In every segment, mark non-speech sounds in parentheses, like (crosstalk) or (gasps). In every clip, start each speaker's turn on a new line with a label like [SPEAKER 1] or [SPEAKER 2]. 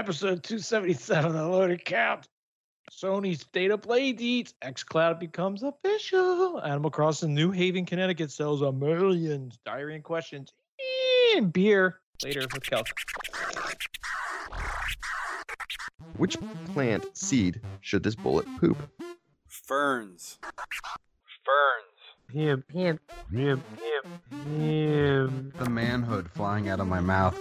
[SPEAKER 1] Episode 277 of the Loaded Cap. Sony State of Play deets. xCloud becomes official. Animal Crossing New Haven, Connecticut sells a million. Diary and questions. And beer. Later with Kelk.
[SPEAKER 2] Which plant seed should this bullet poop?
[SPEAKER 3] Ferns. Ferns.
[SPEAKER 1] Him, him, him, him, him.
[SPEAKER 4] The manhood flying out of my mouth.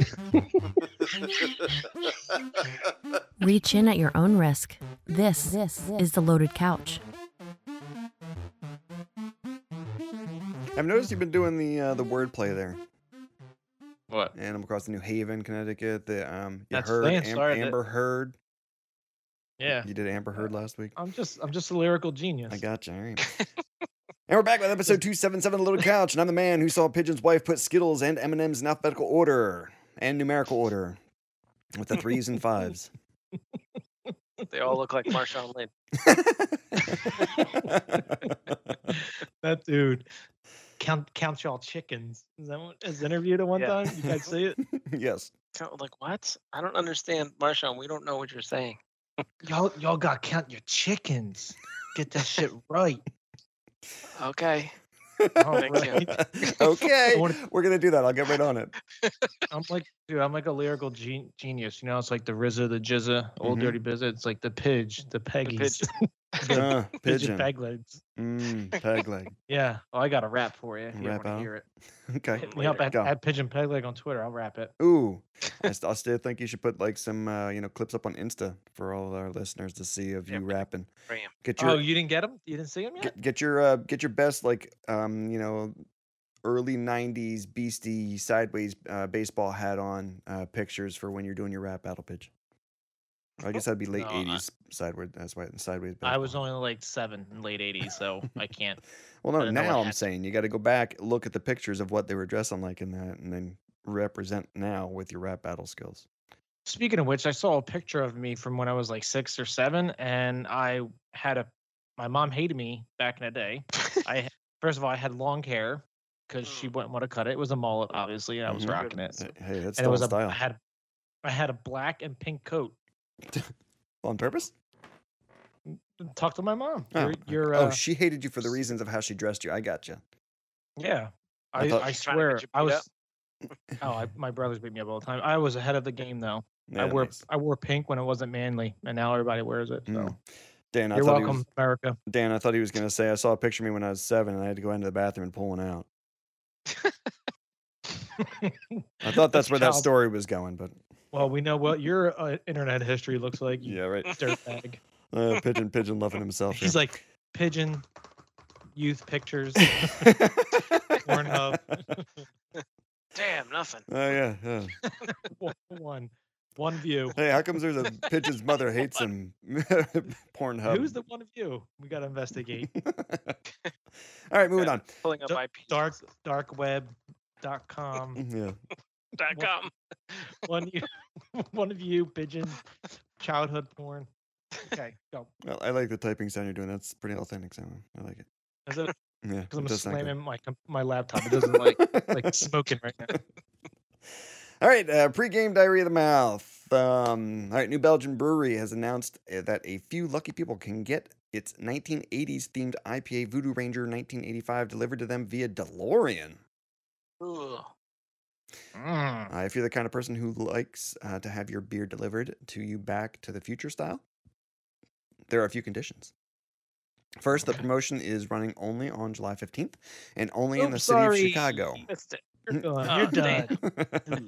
[SPEAKER 5] Reach in at your own risk. This, this is the loaded couch.
[SPEAKER 2] I've noticed you've been doing the uh, the wordplay there.
[SPEAKER 6] What?
[SPEAKER 2] Animal Crossing New Haven, Connecticut. The um, you
[SPEAKER 1] That's
[SPEAKER 2] heard
[SPEAKER 1] Lance started it.
[SPEAKER 2] Amber Heard.
[SPEAKER 1] Yeah.
[SPEAKER 2] You did Amber Heard last week.
[SPEAKER 1] I'm just I'm just a lyrical genius.
[SPEAKER 2] I got you. All right.
[SPEAKER 1] (laughs)
[SPEAKER 2] and we're back with episode 277 of The Little Couch. And I'm the man who saw Pigeon's wife put Skittles and M&M's in alphabetical order and numerical order with the threes and
[SPEAKER 1] (laughs)
[SPEAKER 2] fives. (laughs)
[SPEAKER 6] They all look like Marshawn Lynn.
[SPEAKER 1] that dude. Count count y'all chickens. Is that what is interviewed at one
[SPEAKER 6] Yeah.
[SPEAKER 1] time? You guys see (laughs) it?
[SPEAKER 2] yes.
[SPEAKER 6] So, Like what? I don't understand, Marshawn. We don't know what you're saying.
[SPEAKER 1] Y'all y'all got count your chickens. Get that shit right.
[SPEAKER 6] Okay.
[SPEAKER 1] Oh,
[SPEAKER 6] thank you. (laughs)
[SPEAKER 2] okay.
[SPEAKER 1] I wanna-
[SPEAKER 2] We're going to do that. I'll get right
[SPEAKER 1] (laughs)
[SPEAKER 2] on it.
[SPEAKER 1] I'm like, dude, I'm like a lyrical gen- genius. You know, it's like the RZA, the Jizza, old
[SPEAKER 2] Mhm.
[SPEAKER 1] dirty bizza. It's like the Pidge, Mm-hmm. the Peggies,
[SPEAKER 6] pigeon.
[SPEAKER 1] (laughs) the
[SPEAKER 2] Uh,
[SPEAKER 1] pigeon
[SPEAKER 2] pigeon.
[SPEAKER 1] peg legs.
[SPEAKER 2] Mm, peg leg.
[SPEAKER 1] (laughs) Yeah. Oh, I got a rap for you. If you
[SPEAKER 2] Rap
[SPEAKER 1] want to
[SPEAKER 2] out?
[SPEAKER 1] hear it.
[SPEAKER 2] Okay.
[SPEAKER 1] Hit me up at,
[SPEAKER 2] Go.
[SPEAKER 1] at Pigeon Peg Leg on Twitter. I'll rap it.
[SPEAKER 2] Ooh, I, st- I still think you should put like some uh, you know clips up on Insta for all our listeners to see of
[SPEAKER 6] Yeah,
[SPEAKER 2] you
[SPEAKER 6] but-
[SPEAKER 2] rapping.
[SPEAKER 6] Graham.
[SPEAKER 2] Get your
[SPEAKER 1] Oh, you didn't get him? You didn't see him yet?
[SPEAKER 2] get, get your uh, get your best like um you know early '90s beastie sideways uh, baseball hat on uh, pictures for when you're doing your rap battle pitch. I guess that'd be late
[SPEAKER 1] Oh, No, I-
[SPEAKER 2] '80s sideward. That's why sideways.
[SPEAKER 1] I was
[SPEAKER 2] baseball.
[SPEAKER 1] only like seven in late 80s, so I can't.
[SPEAKER 2] (laughs) Well, no,
[SPEAKER 1] I don't know what
[SPEAKER 2] now I'm
[SPEAKER 1] happened.
[SPEAKER 2] saying you got to go back, look at the pictures of what they were dressing like in that, and then represent now with your rap battle skills.
[SPEAKER 1] Speaking of which, I saw a picture of me from when I was like six or seven, and I had a. My mom hated me back in the day.
[SPEAKER 2] (laughs)
[SPEAKER 1] I first of all, I had long hair because she
[SPEAKER 6] Mm.
[SPEAKER 1] wouldn't want to cut it. It was a mullet, obviously, and I was
[SPEAKER 2] Mhm.
[SPEAKER 1] rocking it.
[SPEAKER 2] Hey, hey, that's
[SPEAKER 1] and it
[SPEAKER 2] still
[SPEAKER 1] was
[SPEAKER 2] in
[SPEAKER 1] a.
[SPEAKER 2] style.
[SPEAKER 1] I had, I had a black and pink coat
[SPEAKER 2] on purpose?
[SPEAKER 1] Talk to my mom.
[SPEAKER 2] Oh,
[SPEAKER 1] Your,
[SPEAKER 2] okay.
[SPEAKER 1] your,
[SPEAKER 2] oh,
[SPEAKER 1] uh,
[SPEAKER 2] she hated you for the reasons of how she dressed you. I got you.
[SPEAKER 1] yeah.
[SPEAKER 2] I
[SPEAKER 1] I,
[SPEAKER 2] thought-
[SPEAKER 1] I,
[SPEAKER 2] She's
[SPEAKER 6] trying to get
[SPEAKER 1] swear
[SPEAKER 6] you
[SPEAKER 1] I
[SPEAKER 6] beat
[SPEAKER 1] was.
[SPEAKER 6] up.
[SPEAKER 2] (laughs)
[SPEAKER 1] oh, I, my brothers beat me up all the time. I was ahead of the game though. I wore I wore pink when it wasn't manly, and now everybody wears it. So.
[SPEAKER 2] Dan, Mm, I
[SPEAKER 1] You're
[SPEAKER 2] thought
[SPEAKER 1] welcome,
[SPEAKER 2] He was,
[SPEAKER 1] America.
[SPEAKER 2] Dan, I thought he was going to say I saw a picture of me when I was seven, and I had to go into the bathroom and pull one out. I
[SPEAKER 1] (laughs)
[SPEAKER 2] thought that's, where that
[SPEAKER 1] child-
[SPEAKER 2] story was going, but
[SPEAKER 1] Well, we know what your uh, internet history looks like. You
[SPEAKER 2] yeah, right.
[SPEAKER 1] dirtbag.
[SPEAKER 2] (laughs) Uh, pigeon, pigeon, loving himself.
[SPEAKER 1] He's
[SPEAKER 2] (laughs)
[SPEAKER 1] like pigeon, youth pictures,
[SPEAKER 2] (laughs)
[SPEAKER 1] Pornhub.
[SPEAKER 6] Damn, nothing.
[SPEAKER 1] Uh,
[SPEAKER 2] Oh yeah, yeah.
[SPEAKER 1] one, one, one view.
[SPEAKER 2] Hey, how comes there's a pigeon's mother hates him? (laughs) Pornhub.
[SPEAKER 1] Who's the one of you? We gotta investigate.
[SPEAKER 2] (laughs) All right, moving on.
[SPEAKER 6] Pulling up
[SPEAKER 1] Da-
[SPEAKER 6] IP. (laughs)
[SPEAKER 1] Dark
[SPEAKER 2] (laughs)
[SPEAKER 1] darkweb.com.
[SPEAKER 2] Mm, Yeah.
[SPEAKER 6] Dot
[SPEAKER 1] what-
[SPEAKER 6] com.
[SPEAKER 1] one you, (laughs) one of you pigeon, childhood porn. Okay, go.
[SPEAKER 2] Well, I like the typing sound you're doing. That's pretty authentic sound. I like it.
[SPEAKER 1] Is it
[SPEAKER 2] Yeah.
[SPEAKER 1] because I'm
[SPEAKER 2] it does sound good.
[SPEAKER 1] slamming my com- my laptop? It (laughs) doesn't
[SPEAKER 2] (laughs)
[SPEAKER 1] like like smoking right now.
[SPEAKER 2] All right, uh, pre-game diarrhea of the mouth. Um, all right, New Belgian Brewery has announced uh, that a few lucky people can get its 1980s themed IPA Voodoo Ranger 1985 delivered to them via DeLorean.
[SPEAKER 6] Ugh.
[SPEAKER 1] Mm.
[SPEAKER 2] (laughs) Uh, if you're the kind of person who likes uh, to have your beer delivered to you back to the future style, there are a few conditions. First, the
[SPEAKER 1] Okay.
[SPEAKER 2] promotion is running only on July 15th and only in the
[SPEAKER 1] Oops,
[SPEAKER 2] city
[SPEAKER 1] Oh, sorry.
[SPEAKER 2] of Chicago. (laughs)
[SPEAKER 6] Missed it.
[SPEAKER 1] You're done.
[SPEAKER 6] Oh,
[SPEAKER 1] You're done.
[SPEAKER 6] damn.
[SPEAKER 1] Mm.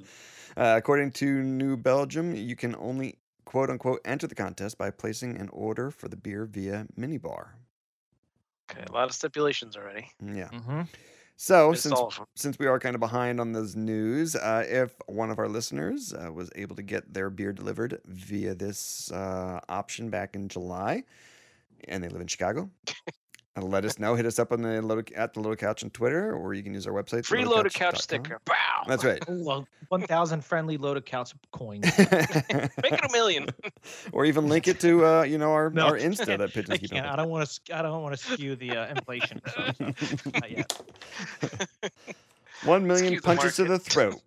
[SPEAKER 2] Uh, according to New Belgium, you can only quote unquote enter the contest by placing an order for the beer via minibar. Mm,
[SPEAKER 6] Okay, a lot of stipulations already.
[SPEAKER 2] Yeah.
[SPEAKER 1] Mm-hmm.
[SPEAKER 2] So
[SPEAKER 6] Missed
[SPEAKER 2] Oh, since
[SPEAKER 6] all of 'em.
[SPEAKER 2] since we are kind of behind on those news, uh, if one of our listeners uh, was able to get their beer delivered via this uh, option back in July, and they live in Chicago. uh, Let us know. Hit us up on the little, at the little couch on Twitter, or you can use our website.
[SPEAKER 6] Free loaded couch
[SPEAKER 2] theloadedcouch.com.
[SPEAKER 6] sticker. Wow.
[SPEAKER 2] That's right.
[SPEAKER 1] Well, 1,000 friendly loaded couch coins.
[SPEAKER 6] (laughs) Make it a million.
[SPEAKER 2] (laughs) or even link it to uh, you know
[SPEAKER 6] (laughs)
[SPEAKER 2] our,
[SPEAKER 1] No,
[SPEAKER 2] our
[SPEAKER 1] I
[SPEAKER 2] Insta
[SPEAKER 1] can't.
[SPEAKER 2] that
[SPEAKER 1] I
[SPEAKER 2] pigeons keep
[SPEAKER 1] can't. I don't want to. I don't want to skew the uh, inflation. or something, so Not yet.
[SPEAKER 2] One million
[SPEAKER 6] Skew the
[SPEAKER 2] punches to the
[SPEAKER 6] (laughs) market.
[SPEAKER 2] throat.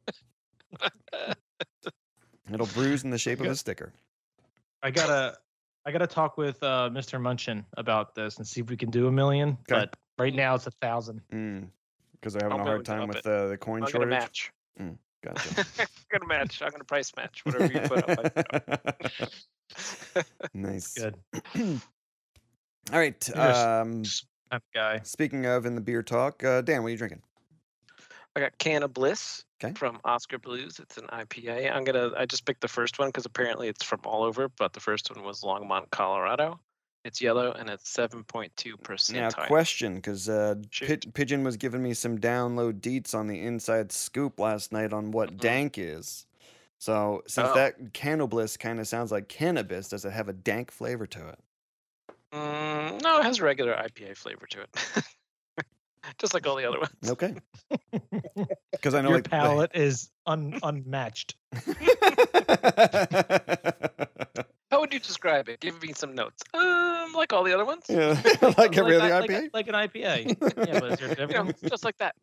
[SPEAKER 2] It'll bruise in the shape of
[SPEAKER 1] Yeah.
[SPEAKER 2] a sticker.
[SPEAKER 1] I gotta I gotta talk with uh, Mr. Munchin about this and see if we can do a million. But right now it's a thousand.
[SPEAKER 2] Because Mm, they're having
[SPEAKER 6] I'll
[SPEAKER 2] a
[SPEAKER 6] go
[SPEAKER 2] hard
[SPEAKER 6] and
[SPEAKER 2] time
[SPEAKER 6] up
[SPEAKER 2] with
[SPEAKER 6] it.
[SPEAKER 2] uh, the coin
[SPEAKER 6] I'm gonna
[SPEAKER 2] shortage.
[SPEAKER 6] match.
[SPEAKER 2] Gotcha.
[SPEAKER 6] (laughs) I'm gonna match. I'm gonna price match whatever you put
[SPEAKER 2] (laughs)
[SPEAKER 6] up. I-
[SPEAKER 2] nice.
[SPEAKER 1] Good.
[SPEAKER 2] (clears throat) All right.
[SPEAKER 1] You're a
[SPEAKER 2] Um,
[SPEAKER 1] That guy.
[SPEAKER 2] speaking of in the beer talk, uh, Dan, what are you drinking?
[SPEAKER 6] I got Can of Bliss
[SPEAKER 2] Okay.
[SPEAKER 6] from Oscar Blues. It's an IPA. I'm gonna. I just picked the first one because apparently it's from all over, but the first one was Longmont, Colorado. It's yellow and it's 7.2
[SPEAKER 2] Now,
[SPEAKER 6] percent.
[SPEAKER 2] question, because uh,
[SPEAKER 6] Shoot.
[SPEAKER 2] Pid- Pigeon was giving me some download deets on the inside scoop last night on what
[SPEAKER 6] Mhm.
[SPEAKER 2] dank is. So, since
[SPEAKER 6] Oh.
[SPEAKER 2] that cannabis kind of sounds like cannabis, does it have a dank flavor to it?
[SPEAKER 6] Mm, no, it has regular IPA flavor to it, (laughs) just like all the other ones.
[SPEAKER 2] Okay.
[SPEAKER 1] (laughs)
[SPEAKER 2] Because I know
[SPEAKER 1] Your
[SPEAKER 2] like (laughs) the-
[SPEAKER 1] palate is un- unmatched.
[SPEAKER 2] (laughs)
[SPEAKER 6] How would you describe it? Give me some notes. Um, like all the other ones.
[SPEAKER 1] (laughs)
[SPEAKER 2] yeah, (laughs) like E every other
[SPEAKER 1] a- like,
[SPEAKER 2] IPA.
[SPEAKER 1] a- like an
[SPEAKER 2] (laughs)
[SPEAKER 1] IPA. yeah, but is there a
[SPEAKER 6] You know,
[SPEAKER 1] difference?
[SPEAKER 6] just like that.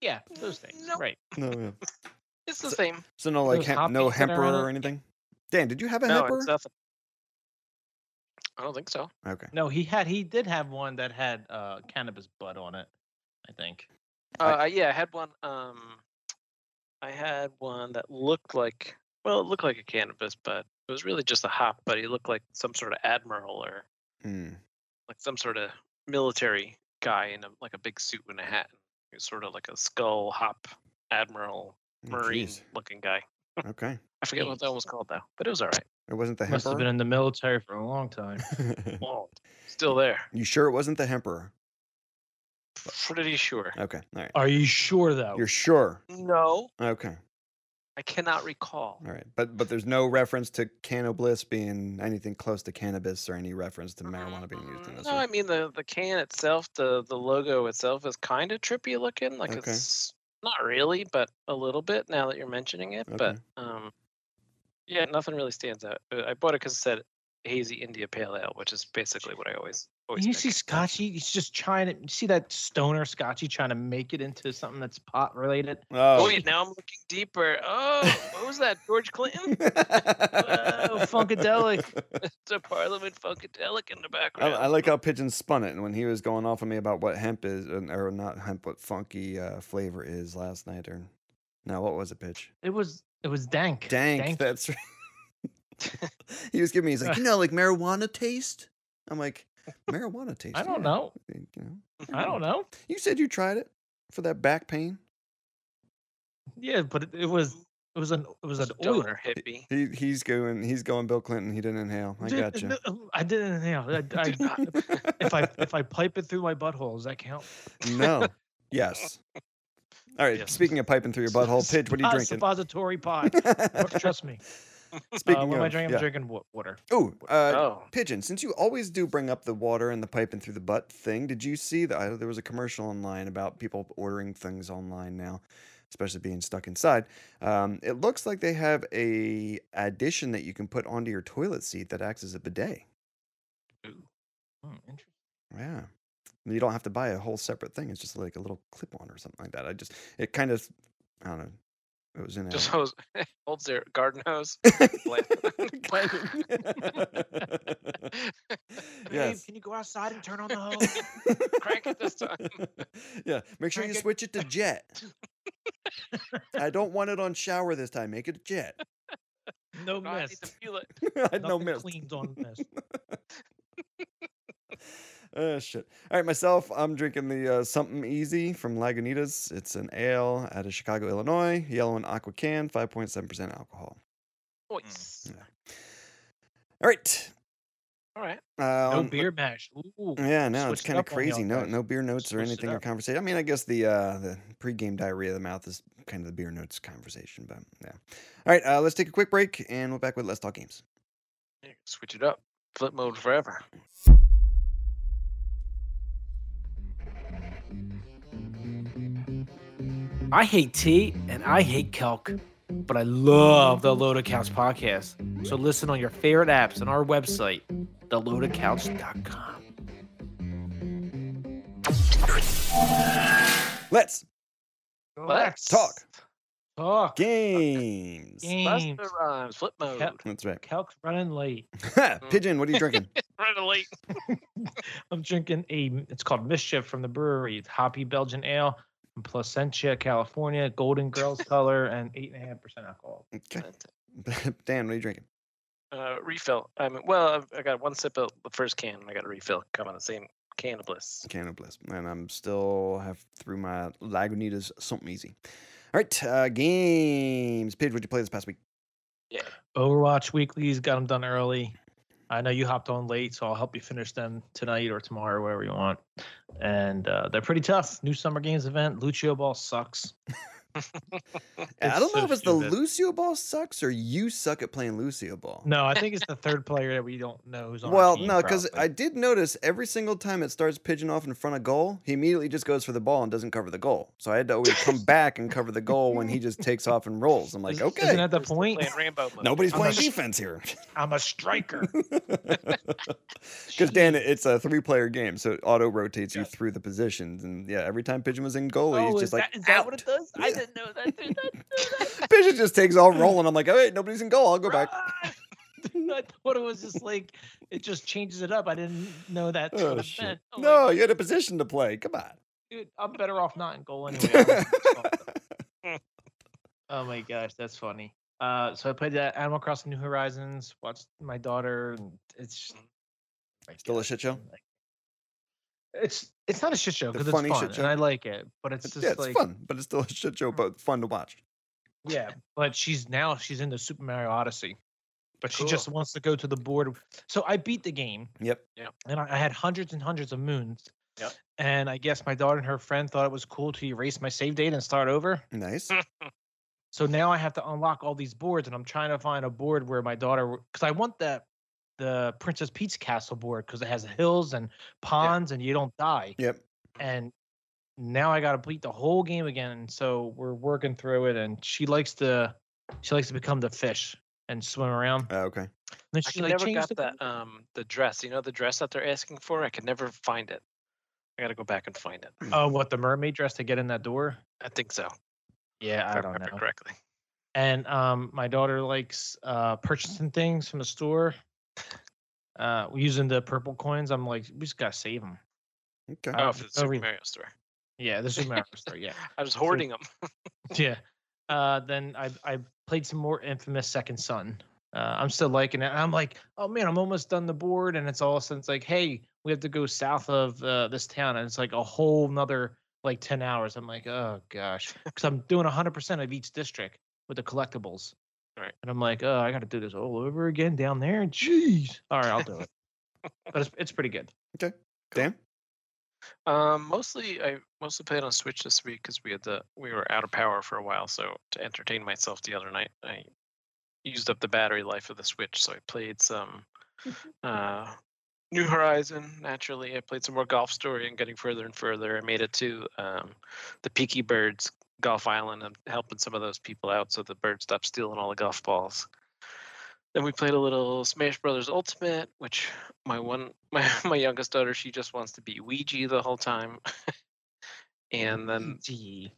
[SPEAKER 1] Yeah, those things.
[SPEAKER 6] No.
[SPEAKER 1] Right.
[SPEAKER 2] No, yeah.
[SPEAKER 6] It's the same.
[SPEAKER 2] So no, like
[SPEAKER 1] Those
[SPEAKER 2] hemp, no
[SPEAKER 1] hoppies that are on
[SPEAKER 2] hemper
[SPEAKER 1] it?
[SPEAKER 2] or anything. Dan, did you have a
[SPEAKER 6] No,
[SPEAKER 2] hemper?
[SPEAKER 6] it's nothing. I don't think so.
[SPEAKER 2] Okay.
[SPEAKER 1] No, he had he did have one that had uh cannabis bud on it, I think.
[SPEAKER 6] Uh, yeah, I had one. Um, I had one that looked like well, it looked like a cannabis, but it was really just a hop. But he looked like some sort of admiral or
[SPEAKER 2] Hmm.
[SPEAKER 6] like some sort of military guy in a, like a big suit and a hat. He was sort of like a skull hop admiral
[SPEAKER 2] Oh,
[SPEAKER 6] marine
[SPEAKER 2] jeez.
[SPEAKER 6] looking guy.
[SPEAKER 2] Okay.
[SPEAKER 6] I forget what that one was called though, but it was all right.
[SPEAKER 2] It wasn't the
[SPEAKER 1] Must have been
[SPEAKER 2] hemper.
[SPEAKER 1] in the military for a long time.
[SPEAKER 6] Well, still there.
[SPEAKER 2] (laughs) you sure it wasn't the hemper?
[SPEAKER 6] Pretty sure.
[SPEAKER 2] Okay. All right.
[SPEAKER 1] Are you sure though?
[SPEAKER 2] You're sure.
[SPEAKER 6] No,
[SPEAKER 2] Okay.
[SPEAKER 6] I cannot recall.
[SPEAKER 2] All right. But but there's no reference to cannabis being anything close to cannabis or any reference to
[SPEAKER 1] Mm-hmm,
[SPEAKER 2] marijuana being used in
[SPEAKER 6] Mm,
[SPEAKER 2] this.
[SPEAKER 6] No, I mean the the can itself, the the logo itself is kind of trippy looking. Like
[SPEAKER 2] Okay.
[SPEAKER 6] it's not really, but a little bit now that you're mentioning it. But
[SPEAKER 2] Okay.
[SPEAKER 6] um, yeah, nothing really stands out. Uh, I bought it because it said hazy India Pale Ale, which is basically what I always always.
[SPEAKER 1] you
[SPEAKER 6] pick.
[SPEAKER 1] see Scotchy, he's just trying to you see that stoner Scotchy trying to make it into something that's pot related.
[SPEAKER 6] Oh,
[SPEAKER 1] (laughs)
[SPEAKER 2] oh. (laughs)
[SPEAKER 6] wait, now I'm looking deeper. Oh, what was that? George
[SPEAKER 1] Oh,
[SPEAKER 2] (laughs)
[SPEAKER 6] Clinton?
[SPEAKER 2] funkadelic.
[SPEAKER 6] it's a Parliament Funkadelic in
[SPEAKER 2] I,
[SPEAKER 6] the background.
[SPEAKER 2] I like how Pigeon spun it, and when he was going off on me about what hemp is, and- or not hemp, what funky uh, flavor is last night, or now what was it, Pitch?
[SPEAKER 1] It was it was dank.
[SPEAKER 2] Dank.
[SPEAKER 1] (laughs)
[SPEAKER 2] That's right. (laughs) he was giving me. He's like, you know, like marijuana taste. I'm like, marijuana taste.
[SPEAKER 1] I don't
[SPEAKER 2] yeah,
[SPEAKER 1] know.
[SPEAKER 2] You know,
[SPEAKER 1] I don't know.
[SPEAKER 2] you said you tried it for that back pain.
[SPEAKER 1] Yeah, but it, it was it was an it was an oil.
[SPEAKER 6] Stoner hippie.
[SPEAKER 2] He he's going he's going Bill Clinton. He didn't inhale. I got you.
[SPEAKER 1] I didn't you know, I, I, if
[SPEAKER 2] (laughs)
[SPEAKER 1] I if I pipe it through my butthole, does that count?
[SPEAKER 2] no.
[SPEAKER 1] (laughs)
[SPEAKER 2] Yes. All right.
[SPEAKER 6] Yes.
[SPEAKER 2] Speaking of piping through your butthole, Pidge, what are you
[SPEAKER 1] Ah,
[SPEAKER 2] drinking?
[SPEAKER 1] Suppository pot.
[SPEAKER 2] (laughs)
[SPEAKER 1] Trust me. Uh,
[SPEAKER 2] Speaking
[SPEAKER 1] what am I
[SPEAKER 2] of-
[SPEAKER 1] drinking?
[SPEAKER 2] yeah.
[SPEAKER 1] I'm drinking wa- water.
[SPEAKER 2] Ooh, uh,
[SPEAKER 6] oh,
[SPEAKER 2] Pigeon, since you always do bring up the water and the piping through the butt thing, did you see that I- there was a commercial online about people ordering things online now, especially being stuck inside? Um, it looks like they have a addition that you can put onto your toilet seat that acts as a bidet.
[SPEAKER 1] Hmm, interesting.
[SPEAKER 2] Yeah. You don't have to buy a whole separate thing. It's just like a little clip on or something like that. I just, it kind of, I don't know. It was in a.
[SPEAKER 6] just (laughs) hose, holds their garden hose.
[SPEAKER 1] Oh,
[SPEAKER 2] (laughs)
[SPEAKER 6] Blame. (laughs)
[SPEAKER 2] yes.
[SPEAKER 1] can you go outside and turn (laughs) on the hose?
[SPEAKER 6] Crank it this time.
[SPEAKER 2] (laughs) yeah, make sure
[SPEAKER 1] Crank
[SPEAKER 2] you
[SPEAKER 1] it.
[SPEAKER 2] switch it to
[SPEAKER 6] (laughs)
[SPEAKER 2] jet. I don't want it on shower this time. Make it a jet. (laughs)
[SPEAKER 1] no
[SPEAKER 6] No, I need to
[SPEAKER 1] mist.
[SPEAKER 6] feel it.
[SPEAKER 2] I had (laughs) no
[SPEAKER 1] Nothing
[SPEAKER 2] mist.
[SPEAKER 1] cleaned on mist.
[SPEAKER 2] Oh shit! All right, myself, I'm drinking the uh, something easy from Lagunitas. It's an ale out of Chicago, Illinois, yellow and aqua can, 5.7% alcohol.
[SPEAKER 6] Voice.
[SPEAKER 2] Yeah. All right.
[SPEAKER 6] All right.
[SPEAKER 2] Uh,
[SPEAKER 1] No
[SPEAKER 7] Um,
[SPEAKER 2] on-
[SPEAKER 1] beer mash. Ooh.
[SPEAKER 7] Mm,
[SPEAKER 2] Yeah, no,
[SPEAKER 1] Switched
[SPEAKER 2] it's
[SPEAKER 1] it
[SPEAKER 2] kind of
[SPEAKER 1] up on y'all
[SPEAKER 2] crazy. No,
[SPEAKER 1] guys.
[SPEAKER 2] no beer notes or
[SPEAKER 1] Switched it
[SPEAKER 2] anything or
[SPEAKER 1] up.
[SPEAKER 2] conversation. I mean, I guess the uh, the pregame diarrhea of the mouth is kind of the beer notes conversation, but yeah. All right, uh, let's take a quick break, and we're back with Let's Talk Games.
[SPEAKER 6] Yeah, Switch it up. Flip mode forever.
[SPEAKER 7] I hate tea and I hate calc, but I love the Load Accounts podcast. So listen on your favorite apps and our website, theloadaccounts.com.
[SPEAKER 2] Let's
[SPEAKER 1] Relax.
[SPEAKER 2] talk
[SPEAKER 1] Talk.
[SPEAKER 2] Games.
[SPEAKER 1] Games.
[SPEAKER 6] Buster Rhymes, flip mode.
[SPEAKER 1] Yep.
[SPEAKER 2] That's right. (laughs)
[SPEAKER 1] Calc's running late. (laughs)
[SPEAKER 2] Pigeon, what are you drinking?
[SPEAKER 6] Running late.
[SPEAKER 1] I'm drinking a. It's called Mischief from the brewery. It's hoppy Belgian ale, from Placentia, California, Golden Girls color, and eight and a half percent alcohol.
[SPEAKER 2] Okay. (laughs) Dan, what are you drinking?
[SPEAKER 6] Uh, refill. I mean, well, I've, I got one sip of the first can. and I got a refill. Come on, the same can of bliss.
[SPEAKER 2] Can of Bliss. And I'm still have through my Lagunitas something easy. All right, uh, games. Pidge, what'd you play this past week?
[SPEAKER 1] Overwatch weeklies got them done early. I know you hopped on late, so I'll help you finish them tonight or tomorrow, wherever you want. And uh, they're pretty tough. New summer games event. Lucio ball sucks.
[SPEAKER 2] I
[SPEAKER 1] It's
[SPEAKER 2] don't know
[SPEAKER 1] so
[SPEAKER 2] if it's
[SPEAKER 1] stupid.
[SPEAKER 2] the Lucio ball sucks or you suck at playing Lucio ball.
[SPEAKER 1] No, I think it's the (laughs) third player that we don't know who's on. our
[SPEAKER 2] Well,
[SPEAKER 1] team,
[SPEAKER 2] no, because
[SPEAKER 1] probably.
[SPEAKER 2] I did notice every single time it starts pigeon off in front of goal, he immediately just goes for the ball and doesn't cover the goal. So I had to always
[SPEAKER 1] (laughs)
[SPEAKER 2] come back and cover the goal when he just takes off and rolls. I'm like,
[SPEAKER 1] Isn't- isn't
[SPEAKER 2] okay,
[SPEAKER 1] that the
[SPEAKER 6] We're still
[SPEAKER 1] point?
[SPEAKER 6] Playing Rainbow
[SPEAKER 2] (laughs)
[SPEAKER 6] mode.
[SPEAKER 2] nobody's
[SPEAKER 1] I'm (laughs) a
[SPEAKER 2] playing
[SPEAKER 1] sh-
[SPEAKER 2] defense (laughs) here.
[SPEAKER 1] I'm a
[SPEAKER 2] (laughs)
[SPEAKER 1] striker.
[SPEAKER 2] Because Dan, it's a three-player game, so it auto rotates you through the positions, and yeah, every time Pigeon was in goal,
[SPEAKER 1] Oh,
[SPEAKER 2] he's
[SPEAKER 1] is
[SPEAKER 2] just like,
[SPEAKER 1] that- is that what it
[SPEAKER 2] "Out."
[SPEAKER 1] does? I
[SPEAKER 2] Yeah.
[SPEAKER 1] didn't know that. Dude, that, (laughs)
[SPEAKER 2] (laughs) Pigeon just takes all rolling. I'm like, all right, nobody's in goal. I'll go back.
[SPEAKER 1] (laughs) I thought it was just like it just changes it up. I didn't know that.
[SPEAKER 2] Oh,
[SPEAKER 1] (laughs) what it
[SPEAKER 2] shit.
[SPEAKER 1] meant. I'm like,
[SPEAKER 2] No, you had a position to play. Come on.
[SPEAKER 1] dude, I'm better off not in goal
[SPEAKER 2] (laughs)
[SPEAKER 1] anyway. I don't think so. oh my gosh, that's funny. Uh, so I played that Animal Crossing New Horizons. Watched my daughter. And it's just- my
[SPEAKER 2] Mm-hmm. Still a
[SPEAKER 1] gosh,
[SPEAKER 2] shit show?
[SPEAKER 1] I'm like- It's it's not a shit show
[SPEAKER 2] The
[SPEAKER 1] because it's
[SPEAKER 2] funny
[SPEAKER 1] fun
[SPEAKER 2] shit show?
[SPEAKER 1] and I like it, but it's
[SPEAKER 2] It's,
[SPEAKER 1] just
[SPEAKER 2] yeah, it's
[SPEAKER 1] like
[SPEAKER 2] fun, but it's still a shit show, but fun to watch.
[SPEAKER 1] Yeah, but she's now she's into Super Mario Odyssey, but she
[SPEAKER 6] Cool.
[SPEAKER 1] just wants to go to the board. So I beat the game,
[SPEAKER 2] Yep.
[SPEAKER 1] and I, I had hundreds and hundreds of moons.
[SPEAKER 6] Yep.
[SPEAKER 1] And I guess my daughter and her friend thought it was cool to erase my save data and start over.
[SPEAKER 6] (laughs)
[SPEAKER 2] Nice.
[SPEAKER 1] So now I have to unlock all these boards, and I'm trying to find a board where my daughter, because I want that the Princess Peach Castle board because it has hills and ponds, and you don't die
[SPEAKER 2] Yep.
[SPEAKER 1] and now I got to beat the whole game again. And so we're working through it, and she likes to she likes to become the fish and swim around. And
[SPEAKER 2] Uh, okay.
[SPEAKER 1] then
[SPEAKER 6] I
[SPEAKER 1] she
[SPEAKER 6] can
[SPEAKER 1] like
[SPEAKER 6] never
[SPEAKER 1] changed
[SPEAKER 6] got
[SPEAKER 1] the
[SPEAKER 6] that um the dress. You know the dress that they're asking for. I could never find it. I gotta go back and find it.
[SPEAKER 1] oh what the mermaid dress to get in that door.
[SPEAKER 6] I think so.
[SPEAKER 1] Yeah,
[SPEAKER 6] if
[SPEAKER 1] I don't
[SPEAKER 6] remember
[SPEAKER 1] know.
[SPEAKER 6] correctly.
[SPEAKER 1] And um, my daughter likes uh purchasing things from the store. Uh, using the purple coins, I'm like, we just gotta save them.
[SPEAKER 2] Okay.
[SPEAKER 1] Uh,
[SPEAKER 6] Oh, for the
[SPEAKER 1] no
[SPEAKER 6] Super
[SPEAKER 1] reason.
[SPEAKER 6] Mario store.
[SPEAKER 1] Yeah, this is my store. Yeah.
[SPEAKER 6] I was hoarding them.
[SPEAKER 1] yeah. Uh, then I I played some more Infamous Second Son. Uh, I'm still liking it. I'm like, oh man, I'm almost done the board, and it's all of a sudden it's like, hey, we have to go south of uh, this town, and it's like a whole nother like ten hours. I'm like, oh (laughs) gosh, because I'm doing 100 percent of each district with the collectibles.
[SPEAKER 6] Right.
[SPEAKER 1] And I'm like, oh, I got to do this all over again down there. Jeez. All right, I'll do (laughs) it. but it's it's pretty good.
[SPEAKER 2] Dan?
[SPEAKER 6] Um, mostly I mostly played on Switch this week because we had the we were out of power for a while. So to entertain myself the other night, I used up the battery life of the Switch. So I played some uh, New Horizon. Naturally, I played some more Golf Story and getting further and further. I made it to um, the Peaky Birds Golf Island. I'm helping some of those people out so the birds stop stealing all the golf balls. Then we played a little Smash Brothers Ultimate, which my one (laughs) my my youngest daughter she just wants to be Ouija the whole time. (laughs) and then
[SPEAKER 1] E Gee.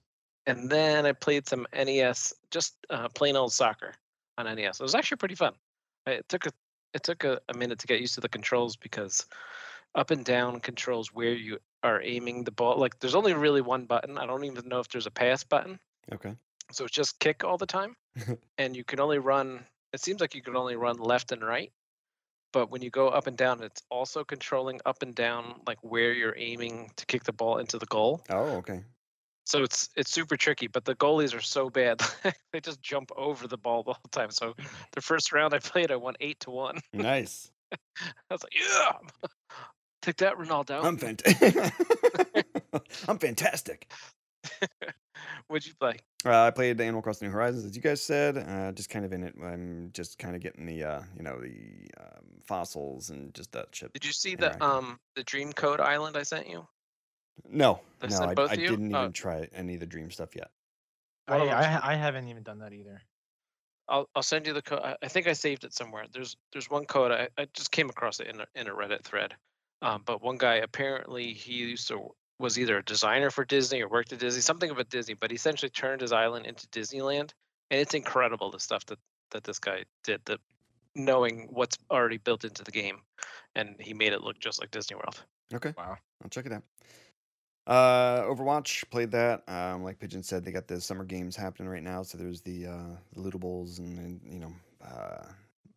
[SPEAKER 6] and then I played some NES, just uh, plain old soccer on NES. It was actually pretty fun. I- It took a it took a, a minute to get used to the controls because up and down controls where you are aiming the ball. Like there's only really one button. I don't even know if there's a pass button.
[SPEAKER 2] Okay.
[SPEAKER 6] So it's just kick all the time, and you can only run. It seems like you can only run left and right, but when you go up and down, it's also controlling up and down, like where you're aiming to kick the ball into the goal.
[SPEAKER 2] Oh, okay.
[SPEAKER 6] So it's it's super tricky, but the goalies are so bad (laughs) they just jump over the ball the whole time. So the first round I played, I won eight to one. (laughs)
[SPEAKER 2] Nice.
[SPEAKER 6] I was like, yeah, (laughs) take that, Ronaldo.
[SPEAKER 2] I'm fantastic. (laughs) I'm fantastic.
[SPEAKER 6] Would you play?
[SPEAKER 2] Uh, I played Animal Crossing New Horizons, as you guys said. Uh, just kind of in it. I'm just kind of getting the, uh, you know, the um, fossils and just that shit.
[SPEAKER 6] Did you see
[SPEAKER 2] Yeah, I
[SPEAKER 6] the
[SPEAKER 2] did.
[SPEAKER 6] um the Dream Code Island I sent you?
[SPEAKER 2] No,
[SPEAKER 6] I
[SPEAKER 2] no,
[SPEAKER 6] sent
[SPEAKER 2] I,
[SPEAKER 6] both
[SPEAKER 2] I
[SPEAKER 6] of you?
[SPEAKER 2] didn't even
[SPEAKER 6] Oh.
[SPEAKER 2] try any of the dream stuff yet.
[SPEAKER 1] I,
[SPEAKER 6] One of them's-
[SPEAKER 1] I I haven't even done that either.
[SPEAKER 6] I'll I'll send you the code. I, I think I saved it somewhere. There's there's one code I, I just came across it in a, in a Reddit thread. Um, but one guy apparently he used to was either a designer for Disney or worked at Disney, something about Disney, but he essentially turned his island into Disneyland. And it's incredible the stuff that, that this guy did, the knowing what's already built into the game. And he made it look just like Disney World.
[SPEAKER 2] Okay.
[SPEAKER 7] Wow.
[SPEAKER 2] I'll check it out. Uh, Overwatch played that. Um, like Pigeon said, they got the summer games happening right now. So there's the uh, the lootables and, and you know uh,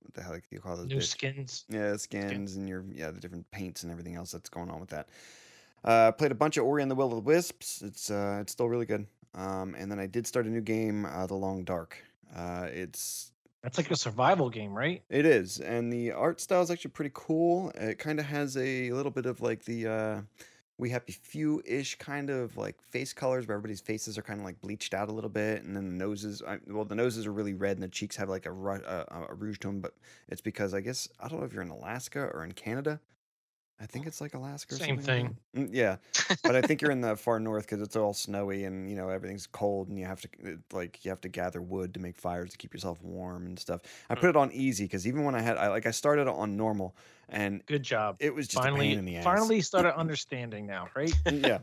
[SPEAKER 2] what the hell do you call those?
[SPEAKER 1] New
[SPEAKER 2] bits?
[SPEAKER 1] skins.
[SPEAKER 2] Yeah, the skins and your yeah the different paints and everything else that's going on with that. Uh, played a bunch of Ori and the Will of the Wisps. It's uh, it's still really good. Um, and then I did start a new game, uh, The Long Dark. Uh, it's
[SPEAKER 1] That's like a survival game, right?
[SPEAKER 2] it is, and the art style is actually pretty cool. It kind of has a little bit of like the uh, We Happy Few ish kind of like face colors, where everybody's faces are kind of like bleached out a little bit, and then the noses. I, well, the noses are really red, and the cheeks have like a, ru- a, a rouge to them. But it's because I guess I don't know if you're in Alaska or in Canada. I think it's like Alaska. Or
[SPEAKER 1] Same
[SPEAKER 2] something like that. Mm, yeah, but I think you're in the far north because it's all snowy and you know everything's cold and you have to it- like you have to gather wood to make fires to keep yourself warm and stuff. I
[SPEAKER 1] Hmm.
[SPEAKER 2] put it on easy because even when I had I like I started it on normal and
[SPEAKER 1] Good job.
[SPEAKER 2] it was just a
[SPEAKER 1] Finally,
[SPEAKER 2] pain in the ass.
[SPEAKER 1] finally
[SPEAKER 2] (laughs)
[SPEAKER 1] started understanding now, right?
[SPEAKER 6] (laughs)
[SPEAKER 2] yeah,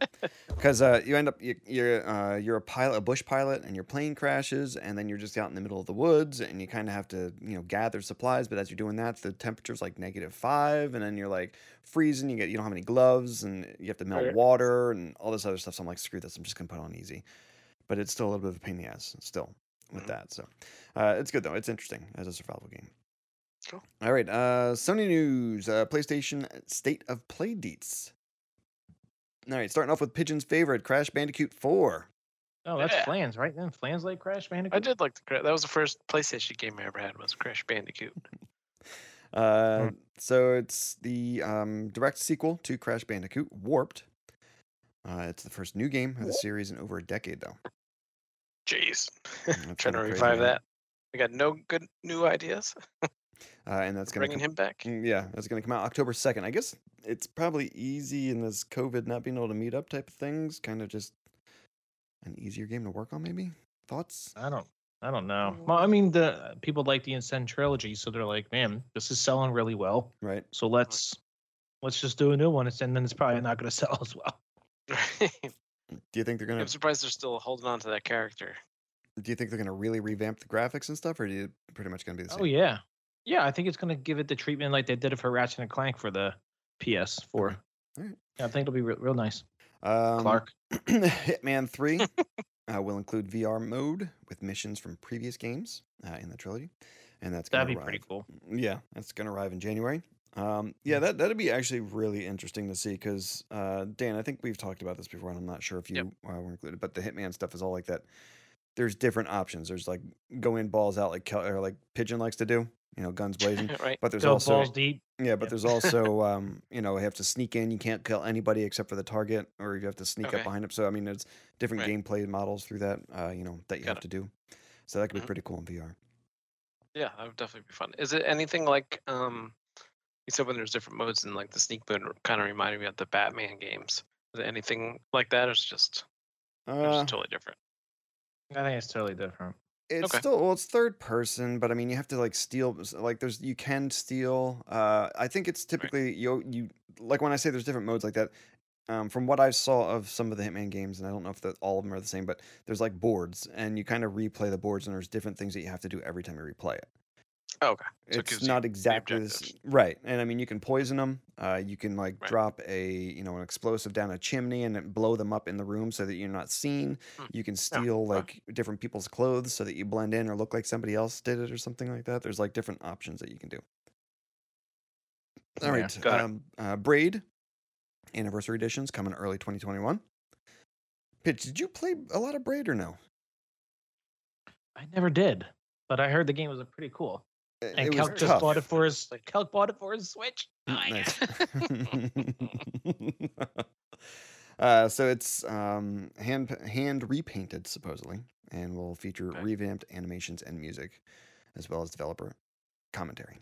[SPEAKER 2] because uh, you end up you, you're uh, you're a pilot, a bush pilot, and your plane crashes, and then you're just out in the middle of the woods, and you kind of have to you know gather supplies. But as you're doing that, the temperature's like negative five, and then you're like freezing. You get you don't have any gloves, and you have to melt
[SPEAKER 6] Right.
[SPEAKER 2] water and all this other stuff. So I'm like, screw this. I'm just gonna put it on easy. But it's still a little bit of a pain in the ass still with
[SPEAKER 6] Mhm.
[SPEAKER 2] that. So uh, it's good though. It's interesting as a survival game.
[SPEAKER 6] Cool.
[SPEAKER 2] All right. Uh, Sony news. Uh, PlayStation State of Play deets. All right, starting off with Pigeon's favorite, Crash Bandicoot 4.
[SPEAKER 1] No, Oh, that's
[SPEAKER 6] Yeah.
[SPEAKER 1] Flans, right? Then Flans like Crash Bandicoot.
[SPEAKER 6] I did like the Cra- that was the first PlayStation game I ever had was Crash Bandicoot.
[SPEAKER 2] Uh,
[SPEAKER 6] Hmm.
[SPEAKER 2] so it's the um, direct sequel to Crash Bandicoot Warped. Uh, it's the first new game of the series in over a decade, though.
[SPEAKER 6] Jeez, (laughs)
[SPEAKER 2] That's
[SPEAKER 6] trying
[SPEAKER 2] kinda
[SPEAKER 6] to
[SPEAKER 2] crazy,
[SPEAKER 6] revive
[SPEAKER 2] right?
[SPEAKER 6] that. We got no good new ideas.
[SPEAKER 2] Uh, and that's going to
[SPEAKER 6] Bringing him back. (laughs)
[SPEAKER 2] Mm, Yeah, it's going to come out October 2nd. I guess it's probably easy in this COVID not being able to meet up type of things. Kind of just an easier game to work on, maybe? Thoughts?
[SPEAKER 1] I don't. I don't know. Well,
[SPEAKER 6] Mm.
[SPEAKER 1] I mean, the people like the Incend trilogy, so they're like, man, this is selling really well.
[SPEAKER 2] Right.
[SPEAKER 1] So let's let's just do a new one, it's- and then it's probably not going to (laughs) sell as well.
[SPEAKER 2] Do you think they're going
[SPEAKER 6] I'm
[SPEAKER 2] to
[SPEAKER 6] surprised they're still holding on to that character.
[SPEAKER 2] do you think they're going to really revamp the graphics and stuff or do you pretty much going to be the same?
[SPEAKER 1] Oh yeah, yeah. I think it's going to give it the treatment like they did it for Ratchet and Clank for the PS4.
[SPEAKER 2] Alright.
[SPEAKER 1] Yeah, I think it'll be re- real nice.
[SPEAKER 2] Mm-hmm. Um,
[SPEAKER 1] Clark,
[SPEAKER 2] (clears throat) Hitman 3 uh, will include VR mode with missions from previous games uh, in the trilogy. And that's going
[SPEAKER 1] that'd be
[SPEAKER 2] to arrive. mm,
[SPEAKER 1] pretty cool.
[SPEAKER 2] Yeah, that's going to arrive in January. Um, yeah, that, that'd be actually really interesting to see because, uh, Dan, I think we've talked about this before, and I'm not sure if you
[SPEAKER 6] Yep.
[SPEAKER 2] uh, were included, but the Hitman stuff is all like that. There's different options. There's like go in balls out, like Kel- or like Pigeon likes to do, you know,
[SPEAKER 1] (laughs)
[SPEAKER 2] guns blazing.
[SPEAKER 6] right?
[SPEAKER 2] Mm. But there's
[SPEAKER 1] Go
[SPEAKER 2] also
[SPEAKER 1] balls deep.
[SPEAKER 2] yeah, but
[SPEAKER 1] Yeah.
[SPEAKER 2] there's also um, you know, you have to sneak in. You can't kill anybody except for the target, or you have to sneak up
[SPEAKER 6] Okay.
[SPEAKER 2] behind them. So I mean, there's different
[SPEAKER 6] Right.
[SPEAKER 2] gameplay models through that. Uh, you know that you
[SPEAKER 6] Got
[SPEAKER 2] have
[SPEAKER 6] it.
[SPEAKER 2] to do. So that could be
[SPEAKER 6] Mhm.
[SPEAKER 2] pretty cool in VR.
[SPEAKER 6] Yeah, that would definitely be fun. Is it anything like um you said when there's different modes and like the sneak mode kind of reminded me of the Batman games. Is it anything like that or is it just, or is it
[SPEAKER 2] Uh,
[SPEAKER 6] totally different?
[SPEAKER 1] I think it's totally different.
[SPEAKER 2] it's
[SPEAKER 6] okay.
[SPEAKER 2] still well, it's third person, but I mean, you have to like steal. s- Like there's you can steal. Uh, I think it's typically you you like when I say there's different modes like that. Um, from what I saw of some of the Hitman games, and I don't know if the, all of them are the same, but there's like boards, and you kind of replay the boards, and there's different things that you have to do every time you replay it.
[SPEAKER 6] Oh, okay. So it
[SPEAKER 2] it's
[SPEAKER 6] gives you
[SPEAKER 2] not exactly the s-
[SPEAKER 6] objectives.
[SPEAKER 2] right and i mean you can poison them uh, you can like
[SPEAKER 6] Right.
[SPEAKER 2] drop a you know an explosive down a chimney and it blow them up in the room so that you're not seen
[SPEAKER 6] Hmm.
[SPEAKER 2] you can steal
[SPEAKER 6] wow.
[SPEAKER 2] like different people's clothes so that you blend in or look like somebody else did it or something like that there's like different options that you can do all
[SPEAKER 1] Yeah,
[SPEAKER 2] right
[SPEAKER 6] got it.
[SPEAKER 2] um, uh, braid anniversary editions coming early 2021 pitch did you play a lot of braid or no
[SPEAKER 1] I never did, but I heard the game was uh, pretty cool.
[SPEAKER 2] Uh,
[SPEAKER 1] And
[SPEAKER 2] was
[SPEAKER 1] Kelk just
[SPEAKER 2] tough.
[SPEAKER 1] bought it for his. Kelk bought it for his Switch.
[SPEAKER 2] Nice.
[SPEAKER 6] (laughs)
[SPEAKER 2] (laughs) uh, so it's um, hand hand repainted supposedly, and will feature
[SPEAKER 6] Okay.
[SPEAKER 2] revamped animations and music, as well as developer commentary.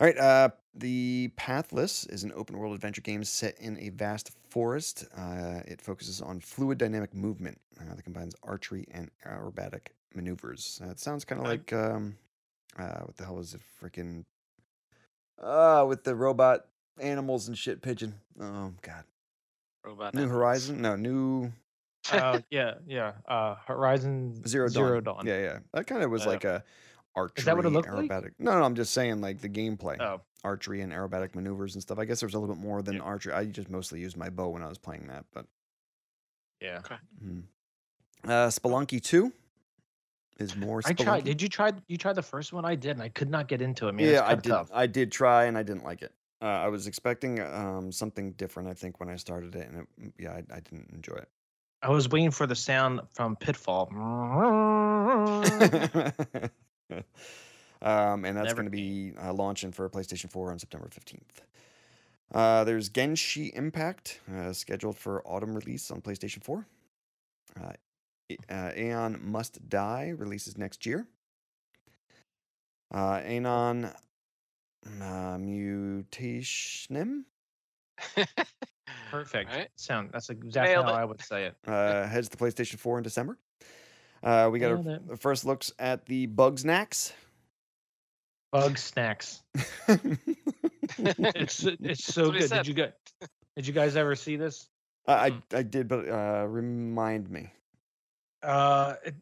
[SPEAKER 2] All right, uh, the Pathless is an open world adventure game set in a vast forest. Uh, it focuses on fluid dynamic movement uh, that combines archery and aerobatic maneuvers. Uh, it sounds kind of
[SPEAKER 6] Okay.
[SPEAKER 2] like um, uh, what the hell was it? Freaking Ah, uh, with the robot animals and shit pigeon. Oh God,
[SPEAKER 6] (laughs) Robot
[SPEAKER 2] New
[SPEAKER 6] Animals. (laughs)
[SPEAKER 2] Horizon? No, New
[SPEAKER 1] uh, yeah, yeah. Uh, Horizon
[SPEAKER 2] Zero Dawn.
[SPEAKER 1] Zero Dawn.
[SPEAKER 2] Yeah, yeah. That kind of was
[SPEAKER 1] Uh,
[SPEAKER 2] like a archery
[SPEAKER 1] that what it looked like?
[SPEAKER 2] aerobatic. No, no, I'm just saying like the gameplay,
[SPEAKER 1] Oh,
[SPEAKER 2] archery and aerobatic maneuvers and stuff. I guess there was a little bit more than
[SPEAKER 1] Yeah.
[SPEAKER 2] archery. I just mostly used my bow when I was playing that, but
[SPEAKER 1] yeah.
[SPEAKER 2] mhm. uh, Spelunky Two is more.
[SPEAKER 1] I
[SPEAKER 2] Spelunky.
[SPEAKER 1] tried. Did you try? You tried the first one. I did, and I could not get into it. Man.
[SPEAKER 2] yeah, I
[SPEAKER 1] did.
[SPEAKER 2] did. I did try, and I didn't like it. Uh, I was expecting um, something different. I think when I started it, and it, yeah, I, I didn't enjoy it.
[SPEAKER 1] I was waiting for the sound from
[SPEAKER 2] (laughs)
[SPEAKER 1] Pitfall.
[SPEAKER 2] (laughs) um, and that's
[SPEAKER 1] Never
[SPEAKER 2] going to be uh, launching for PlayStation 4 on September 15th. Uh, there's Genshi Impact, uh, scheduled for autumn release on PlayStation 4. Uh, A- uh, Aeon Must Die releases next year. Uh, Aeon uh, Mutationem
[SPEAKER 1] Perfect
[SPEAKER 6] (laughs) Alright.
[SPEAKER 1] sound. That's exactly
[SPEAKER 6] Nailed
[SPEAKER 1] how
[SPEAKER 6] it.
[SPEAKER 1] I would say it.
[SPEAKER 2] uh, heads to PlayStation 4 in December. Uh, we got our
[SPEAKER 1] Nailed it.
[SPEAKER 2] f- first looks at the (laughs) Bugsnax.
[SPEAKER 1] Bug snacks. (laughs) It's uh, it's so
[SPEAKER 6] what he
[SPEAKER 1] good.
[SPEAKER 6] said.
[SPEAKER 1] Did you guys Did you guys ever see this?
[SPEAKER 2] I
[SPEAKER 1] Hmm.
[SPEAKER 2] I- I did, but uh, remind me.
[SPEAKER 1] Uh, it,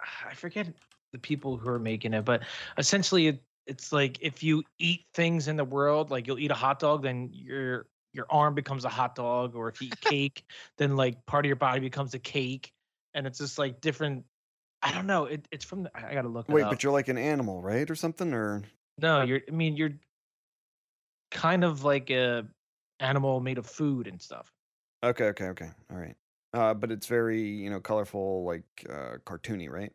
[SPEAKER 1] ah, I forget the people who are making it, but essentially, it, it's like if you eat things in the world, like you'll eat a hot dog, then your your arm becomes a hot dog, or if you eat
[SPEAKER 2] (laughs)
[SPEAKER 1] cake, then like part of your body becomes a cake, and it's just like different. I don't know. It, it's from the, I I gotta look.
[SPEAKER 2] Wait,
[SPEAKER 1] it up.
[SPEAKER 2] but you're like an animal, right, or something, or
[SPEAKER 1] No, you're. I mean, you're kind of like a animal made of food and stuff.
[SPEAKER 2] okay, okay, okay, all right. Uh, but it's very you know colorful, like uh, cartoony, right?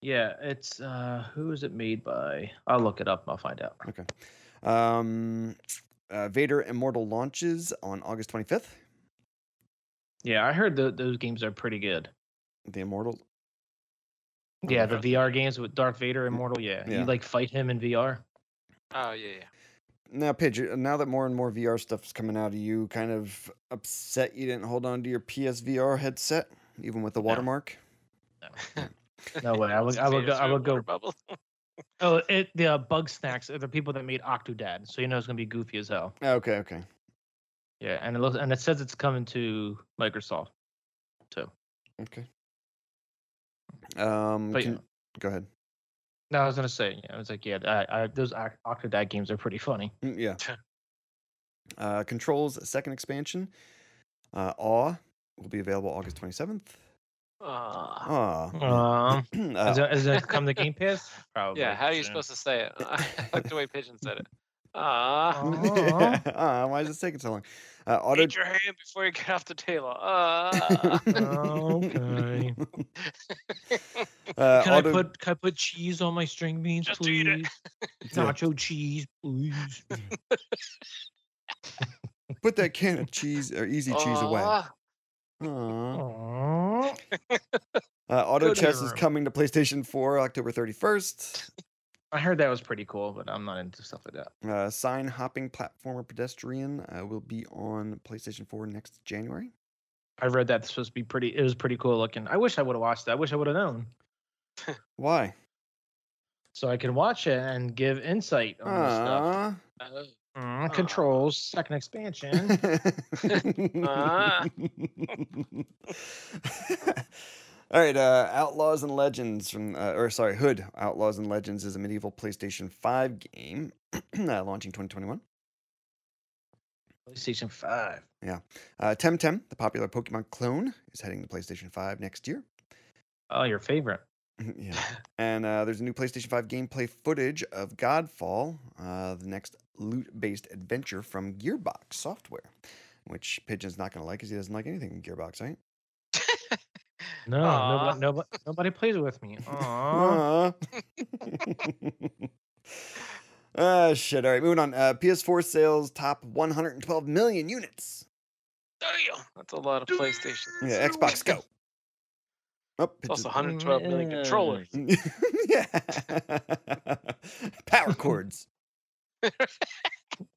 [SPEAKER 1] Yeah, it's uh who is it made by? I'll look it up. I'll find out.
[SPEAKER 2] Okay. Um, uh, Vader Immortal launches on August 25th.
[SPEAKER 1] Yeah, I heard tho- those games are pretty good.
[SPEAKER 2] The Immortal.
[SPEAKER 1] Yeah,
[SPEAKER 2] Okay.
[SPEAKER 1] the VR games with Darth Vader Immortal. Yeah,
[SPEAKER 2] Yeah.
[SPEAKER 1] you like fight him in VR.
[SPEAKER 6] Oh yeah, yeah.
[SPEAKER 2] Now, Pidge, uh, now that more and more VR stuff is coming out, are you kind of upset you didn't hold on to your PSVR headset, even with the watermark?
[SPEAKER 1] No way.
[SPEAKER 6] (laughs)
[SPEAKER 1] I would.
[SPEAKER 6] It's
[SPEAKER 1] I would. Go,
[SPEAKER 6] faded
[SPEAKER 1] I
[SPEAKER 6] through a
[SPEAKER 1] would go.
[SPEAKER 6] water Bubble. (laughs)
[SPEAKER 1] Oh, it, the uh, Bug Snacks are the people that made Octodad, so you know it's gonna be goofy as hell.
[SPEAKER 2] Okay, okay.
[SPEAKER 1] Yeah, and it looks and it says it's coming to Microsoft.
[SPEAKER 2] Okay. Um,
[SPEAKER 1] But
[SPEAKER 2] can-
[SPEAKER 1] yeah.
[SPEAKER 2] go ahead.
[SPEAKER 1] No, I was gonna say. Yeah, I was like, yeah, I, I, those Oc- Octodad games are pretty funny.
[SPEAKER 2] Mm, Yeah.
[SPEAKER 1] (laughs)
[SPEAKER 2] uh, Control's second expansion, uh, Awe, will be available August 27th.
[SPEAKER 1] (laughs)
[SPEAKER 6] Ah.
[SPEAKER 2] Aw.
[SPEAKER 1] Um,
[SPEAKER 2] Mm. (clears throat) Uh, (laughs)
[SPEAKER 1] is, it, is it come to Game Pass? Probably.
[SPEAKER 6] yeah, how are you
[SPEAKER 1] soon.
[SPEAKER 6] supposed (laughs) to say it? I like the way Pigeon said
[SPEAKER 1] (laughs)
[SPEAKER 6] it. Ah.
[SPEAKER 1] Aw.
[SPEAKER 2] Aw, why is this taking so long? Uh, auto. (laughs)
[SPEAKER 6] Eat your hand before you get off the table. Ah.
[SPEAKER 1] Okay.
[SPEAKER 2] Uh,
[SPEAKER 1] Can
[SPEAKER 2] auto,
[SPEAKER 1] I put can I put cheese on my string beans,
[SPEAKER 6] Just
[SPEAKER 1] please?
[SPEAKER 6] eat it.
[SPEAKER 2] Yeah.
[SPEAKER 1] Nacho cheese, please.
[SPEAKER 2] put that can of cheese or (laughs) easy cheese away.
[SPEAKER 6] Ah.
[SPEAKER 1] (laughs)
[SPEAKER 2] Aw.
[SPEAKER 1] Aw.
[SPEAKER 2] Uh,
[SPEAKER 1] Go
[SPEAKER 2] auto
[SPEAKER 1] to your
[SPEAKER 2] chess is
[SPEAKER 1] room.
[SPEAKER 2] coming to PlayStation 4 October
[SPEAKER 1] (laughs)
[SPEAKER 2] 31st.
[SPEAKER 1] I heard that was pretty cool, but I'm not into stuff like that.
[SPEAKER 2] Uh, sign hopping platformer pedestrian uh, will be on PlayStation 4 next January.
[SPEAKER 1] I read that it's supposed to be pretty. It was pretty cool looking. I wish I would have watched that. I wish I would have known,
[SPEAKER 2] Why?
[SPEAKER 1] so I can watch it and give insight on this stuff.
[SPEAKER 2] Aw.
[SPEAKER 6] Oh.
[SPEAKER 1] Mm,
[SPEAKER 6] Aw.
[SPEAKER 1] controls, second (laughs)
[SPEAKER 2] (laughs)
[SPEAKER 1] expansion.
[SPEAKER 6] Ah.
[SPEAKER 2] All right, uh, Outlaws and Legends from, uh, or sorry, Hood Outlaws and Legends is a medieval PlayStation 5 game (clears throat) uh, launching 2021.
[SPEAKER 1] PlayStation Five.
[SPEAKER 2] Uh, Temtem, the popular Pokemon clone, is heading to PlayStation 5 next year. (laughs)
[SPEAKER 1] Oh, your favorite.
[SPEAKER 2] yeah. And uh, there's a new PlayStation 5 gameplay footage of Godfall, uh, the next loot based adventure from Gearbox Software, which Pigeon's not going to like because he doesn't like anything in Gearbox, right?
[SPEAKER 1] No,
[SPEAKER 6] Aw.
[SPEAKER 1] nobody, nobody, nobody plays with me. Aw.
[SPEAKER 2] Ah, Uh-huh. Ah, shit. All right, moving on. Uh, PS4 sales top 112 million units.
[SPEAKER 6] Damn, that's a lot of PlayStation.
[SPEAKER 2] Yeah, Xbox Go. Oh,
[SPEAKER 6] It's also
[SPEAKER 2] Pidgeon's-
[SPEAKER 6] 112 million
[SPEAKER 1] Mm,
[SPEAKER 6] controllers.
[SPEAKER 2] (laughs) yeah. Power cords.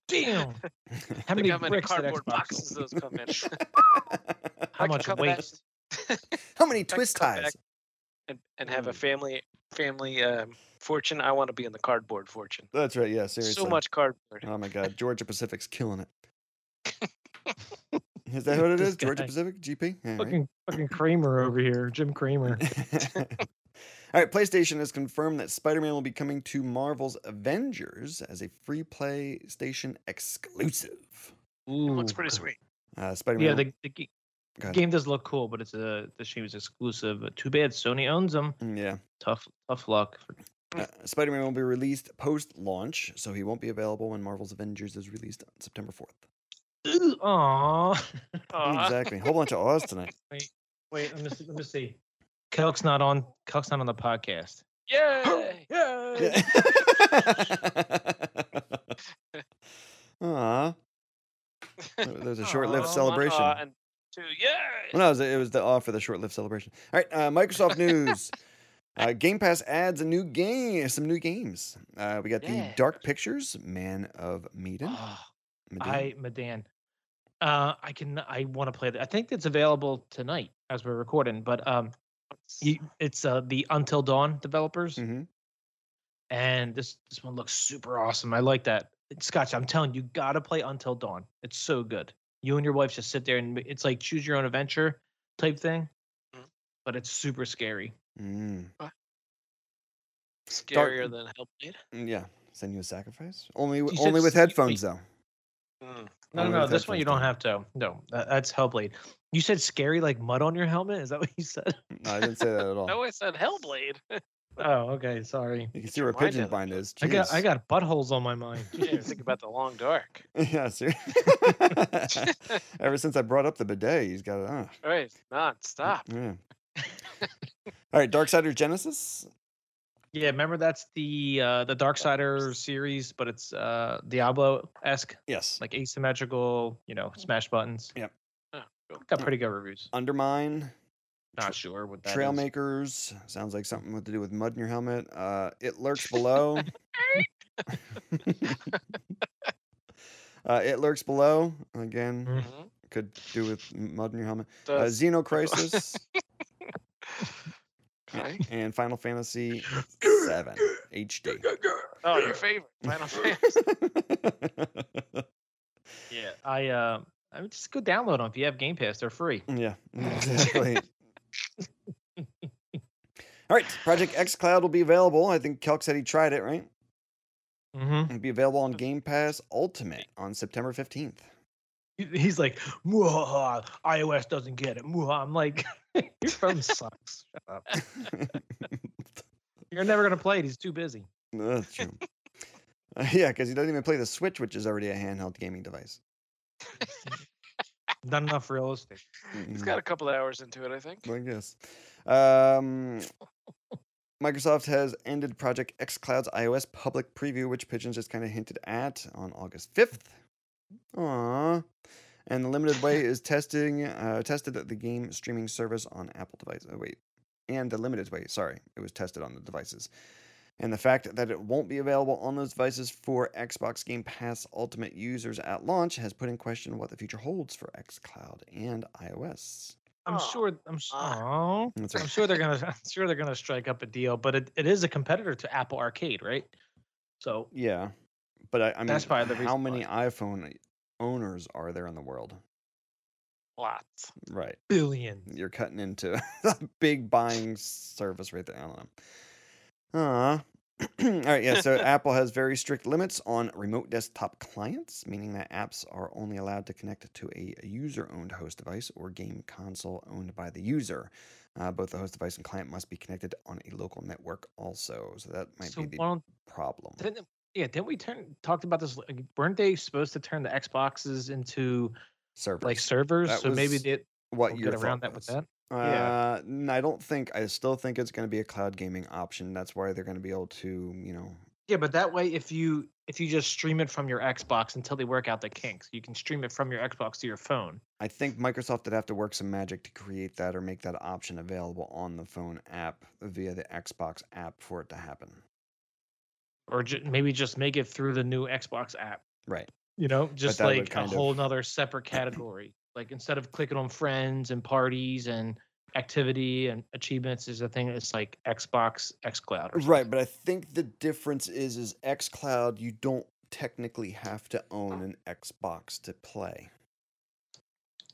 [SPEAKER 1] Damn. How
[SPEAKER 2] (laughs)
[SPEAKER 6] Look
[SPEAKER 1] many
[SPEAKER 6] how many
[SPEAKER 1] bricks did
[SPEAKER 6] cardboard
[SPEAKER 1] Xbox? (laughs)
[SPEAKER 6] boxes those come in.
[SPEAKER 1] How
[SPEAKER 6] I could
[SPEAKER 1] much
[SPEAKER 6] come back-
[SPEAKER 1] waste?
[SPEAKER 2] How many
[SPEAKER 6] could
[SPEAKER 2] twist
[SPEAKER 6] come back
[SPEAKER 2] ties?
[SPEAKER 6] and, and
[SPEAKER 2] Mm.
[SPEAKER 6] have a family family um, fortune. I want to be in the cardboard fortune.
[SPEAKER 2] That's right. Yeah, seriously.
[SPEAKER 6] So much cardboard.
[SPEAKER 1] (laughs)
[SPEAKER 2] Oh my God, Georgia Pacific's killing it. Is that what it
[SPEAKER 1] This
[SPEAKER 2] is? Georgia
[SPEAKER 1] guy.
[SPEAKER 2] Pacific GP. All right.
[SPEAKER 1] Fucking fucking Kramer over here, Jim Kramer.
[SPEAKER 2] (laughs) All right, PlayStation has confirmed that Spider Man will be coming to Marvel's Avengers as a free PlayStation exclusive.
[SPEAKER 6] It looks pretty
[SPEAKER 2] (laughs)
[SPEAKER 6] sweet.
[SPEAKER 2] Uh, Spider Man.
[SPEAKER 1] Yeah, the, the, g-
[SPEAKER 2] Go ahead.
[SPEAKER 1] game does look cool, but it's a the she was exclusive. Too bad Sony owns them.
[SPEAKER 2] mm, yeah.
[SPEAKER 1] Tough tough luck. For,
[SPEAKER 6] Mm.
[SPEAKER 2] Uh, Spider Man will be released post launch, so he won't be available when Marvel's Avengers is released on September 4th.
[SPEAKER 1] Ooh, aw. (laughs)
[SPEAKER 6] Aw.
[SPEAKER 2] Mm, Exactly. Whole bunch of Oz
[SPEAKER 6] (laughs)
[SPEAKER 2] tonight.
[SPEAKER 1] Wait, let me see, let me see. Kelk's not on. Kelk's not on the podcast. (gasps)
[SPEAKER 6] Yay! Yay!
[SPEAKER 2] Yeah. (laughs)
[SPEAKER 6] (laughs)
[SPEAKER 2] Aw. There- There's a short lived
[SPEAKER 6] Aw, one
[SPEAKER 2] celebration.
[SPEAKER 6] aw and two, yay!
[SPEAKER 2] Well, no, it was, it was the off for the short-lived celebration. All right,
[SPEAKER 1] (laughs)
[SPEAKER 2] uh, Microsoft news. Uh, game Pass adds a new game, some new games. Uh, we got the
[SPEAKER 6] Yeah.
[SPEAKER 2] Dark Pictures, Man of Medan.
[SPEAKER 1] Oh,
[SPEAKER 2] Medan.
[SPEAKER 1] I Medan. Uh, I can. I want to play that. I think it's available tonight as we're recording. But um, you, it's uh the Until Dawn developers,
[SPEAKER 2] Mhm.
[SPEAKER 1] and this this one looks super awesome. I like that. Scotch, I'm telling you, you gotta play Until Dawn. It's so good. You and your wife just sit there and m- it's like choose your own adventure type thing, Mm-hmm.
[SPEAKER 6] Mhm.
[SPEAKER 1] but it's super scary.
[SPEAKER 2] Mm.
[SPEAKER 6] Scarier than Hellblade.
[SPEAKER 2] mm, Yeah, send you a sacrifice. Only, w-
[SPEAKER 1] You said
[SPEAKER 2] only with
[SPEAKER 1] s- you-
[SPEAKER 2] headphones though.
[SPEAKER 6] Mm.
[SPEAKER 1] No,
[SPEAKER 2] Only
[SPEAKER 1] no, no,
[SPEAKER 2] with
[SPEAKER 1] this one you don't
[SPEAKER 2] headphones
[SPEAKER 1] have to. No, that, that's Hellblade. You said scary like mud on your helmet. Is that what you said? (laughs)
[SPEAKER 2] No, Mm, I didn't say that at all.
[SPEAKER 6] No, I said Hellblade. (laughs)
[SPEAKER 1] Oh, okay, sorry.
[SPEAKER 2] you can see where
[SPEAKER 6] Why did
[SPEAKER 2] pigeon
[SPEAKER 6] I
[SPEAKER 2] bind is.
[SPEAKER 1] I got I
[SPEAKER 2] Jeez.
[SPEAKER 1] got buttholes on my (laughs) mind.
[SPEAKER 6] You didn't even think about the long dark.
[SPEAKER 2] (laughs) yeah, ser-
[SPEAKER 1] (laughs)
[SPEAKER 2] (laughs) Ever since I brought up the bidet, he's got it. Uh,
[SPEAKER 6] All right, not stop.
[SPEAKER 1] (laughs)
[SPEAKER 2] Yeah. All right, Darksiders Genesis.
[SPEAKER 1] Yeah, remember that's the uh the Darksider series, but it's uh Diablo esque,
[SPEAKER 2] Yes.
[SPEAKER 1] like asymmetrical, you
[SPEAKER 6] Mm.
[SPEAKER 1] know, smash buttons.
[SPEAKER 2] Yep.
[SPEAKER 6] Oh, cool.
[SPEAKER 1] Got pretty good reviews.
[SPEAKER 2] Undermine.
[SPEAKER 1] Not sure what that
[SPEAKER 2] Trail
[SPEAKER 1] is.
[SPEAKER 2] makers sounds like something with to do with mud in your helmet. Uh, it lurks below.
[SPEAKER 1] (laughs)
[SPEAKER 2] (laughs) uh, it lurks below again.
[SPEAKER 1] Mm.
[SPEAKER 6] Mhm.
[SPEAKER 2] Could do with m- mud in your helmet. Uh,
[SPEAKER 6] Does-
[SPEAKER 1] (laughs)
[SPEAKER 2] Xenocrisis (laughs)
[SPEAKER 6] Okay.
[SPEAKER 2] and Final Fantasy Seven HD.
[SPEAKER 6] Oh, your favorite Final Fantasy.
[SPEAKER 1] Yeah, I uh I mean, just go download them if you have Game Pass. They're free.
[SPEAKER 2] (laughs) yeah,
[SPEAKER 1] (laughs)
[SPEAKER 2] exactly. All right, Project X Cloud will be available. I think Kelk said he tried it, right?
[SPEAKER 1] Mm-hmm.
[SPEAKER 2] It'll be available on Game Pass Ultimate on September 15th.
[SPEAKER 1] He's like, "Mwahaha, iOS doesn't get it. Mwahaha." I'm like, (laughs) your phone sucks. Shut up. You're never gonna play it. He's too busy.
[SPEAKER 2] (laughs) No, That's true. Uh, yeah, because he doesn't even play the Switch, which is already a handheld gaming device.
[SPEAKER 1] Not enough realistic.
[SPEAKER 2] Mm-hmm.
[SPEAKER 6] He's got a couple hours into it, I think.
[SPEAKER 2] I guess. Um, Microsoft has ended Project xCloud's iOS public preview, which Pigeons just kind of hinted at on August 5th. Aww. And the limited way is testing uh, tested at the game streaming service on Apple devices. Oh, wait. And the limited way, sorry, it was tested on the devices. And the fact that it won't be available on those devices for Xbox Game Pass Ultimate users at launch has put in question what the future holds for xCloud and iOS.
[SPEAKER 1] I'm
[SPEAKER 6] Aw.
[SPEAKER 1] sure. I'm s-
[SPEAKER 6] Ah.
[SPEAKER 1] aw.
[SPEAKER 2] That's
[SPEAKER 1] I'm sure they're gonna. (laughs) I'm sure they're gonna strike up a deal. But it, it is a competitor to Apple Arcade, right? So
[SPEAKER 2] Yeah, but I, I mean,
[SPEAKER 1] That's probably the
[SPEAKER 2] how
[SPEAKER 1] reason
[SPEAKER 2] many iPhone owners are there in the world?
[SPEAKER 6] Lots.
[SPEAKER 2] Right,
[SPEAKER 1] billion.
[SPEAKER 2] you're cutting into (laughs) a big buying service right there. I don't know. Uh, (clears throat) all right, yeah.
[SPEAKER 1] (laughs)
[SPEAKER 2] So Apple has very strict limits on remote desktop clients, meaning that apps are only allowed to connect to a user-owned host device or game console owned by the user. Uh, both the host device and client must be connected on a local network, also. So that might
[SPEAKER 1] So
[SPEAKER 2] be
[SPEAKER 1] why
[SPEAKER 2] the
[SPEAKER 1] don't
[SPEAKER 2] problem.
[SPEAKER 1] didn't, yeah? Didn't we turn talked about this? like, weren't they supposed to turn the Xboxes into
[SPEAKER 2] Servers,
[SPEAKER 1] like servers?
[SPEAKER 2] That
[SPEAKER 1] So maybe
[SPEAKER 2] was
[SPEAKER 1] they
[SPEAKER 2] what
[SPEAKER 1] will
[SPEAKER 2] your
[SPEAKER 1] get around
[SPEAKER 2] thought
[SPEAKER 1] that with
[SPEAKER 2] was.
[SPEAKER 1] that.
[SPEAKER 2] Uh, n- I don't think. I still think it's going to be a cloud gaming option. That's why they're going to be able to, you know.
[SPEAKER 1] Yeah, but that way, if you if you just stream it from your Xbox until they work out the kinks, you can stream it from your Xbox to your phone.
[SPEAKER 2] I think Microsoft would have to work some magic to create that or make that option available on the phone app via the Xbox app for it to happen.
[SPEAKER 1] or ju- maybe just make it through the new Xbox app.
[SPEAKER 2] Right.
[SPEAKER 1] You know, just
[SPEAKER 2] that would
[SPEAKER 1] like a
[SPEAKER 2] kind
[SPEAKER 1] whole
[SPEAKER 2] of-
[SPEAKER 1] nother separate category. like instead of clicking on friends and parties and activity and achievements is a thing. It's like Xbox XCloud. Or
[SPEAKER 2] Right, but I think the difference is is XCloud. You don't technically have to own an Xbox to play.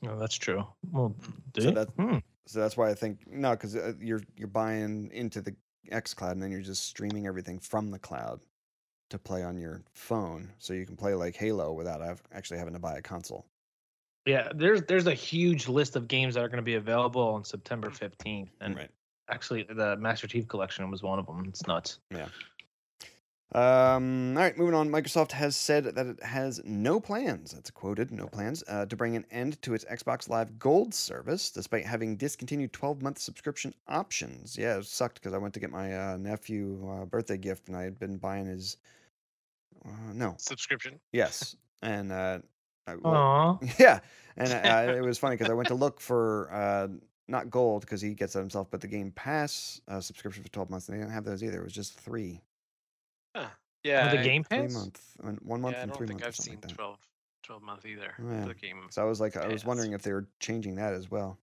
[SPEAKER 1] something. Oh, that's true. Well, did
[SPEAKER 2] So
[SPEAKER 1] it?
[SPEAKER 2] that-
[SPEAKER 1] Hmm.
[SPEAKER 2] So that's why I think no, because uh, you're you're buying into the X Cloud, and then you're just streaming everything from the cloud to play on your phone, so you can play like Halo without av- actually having to buy a console.
[SPEAKER 1] Yeah, there's there's a huge list of games that are going to be available on September 15th, and
[SPEAKER 2] Hmm. right.
[SPEAKER 1] actually the Master Chief Collection was one of them. It's nuts.
[SPEAKER 2] Um, all right, moving on. Microsoft has said that it has no plans, that's quoted, no plans, uh, to bring an end to its Xbox Live Gold service, despite having discontinued 12 month subscription options. Yeah, it sucked because I went to get my uh, nephew uh, birthday gift and I had been buying his. Uh, no,
[SPEAKER 6] Subscription.
[SPEAKER 2] yes. And, uh, I- well,
[SPEAKER 6] Oh.
[SPEAKER 1] Aw,
[SPEAKER 2] (laughs) yeah, and uh,
[SPEAKER 6] (laughs)
[SPEAKER 2] it was funny because I went to look for uh, not gold because he gets that himself, but the Game Pass uh, subscription for twelve months, and they didn't have those either. It was just three,
[SPEAKER 6] Yeah.
[SPEAKER 1] the
[SPEAKER 6] I-
[SPEAKER 1] Game
[SPEAKER 2] three
[SPEAKER 1] Pass.
[SPEAKER 2] month, one- one month
[SPEAKER 6] yeah, I
[SPEAKER 2] and
[SPEAKER 6] don't
[SPEAKER 2] three
[SPEAKER 6] think
[SPEAKER 2] months. or
[SPEAKER 6] I've
[SPEAKER 2] something
[SPEAKER 6] seen
[SPEAKER 2] like that.
[SPEAKER 6] 12, 12 month either
[SPEAKER 2] Oh, yeah.
[SPEAKER 6] for the game.
[SPEAKER 2] So I was like, I was
[SPEAKER 6] Pass.
[SPEAKER 2] wondering if they were changing that as well.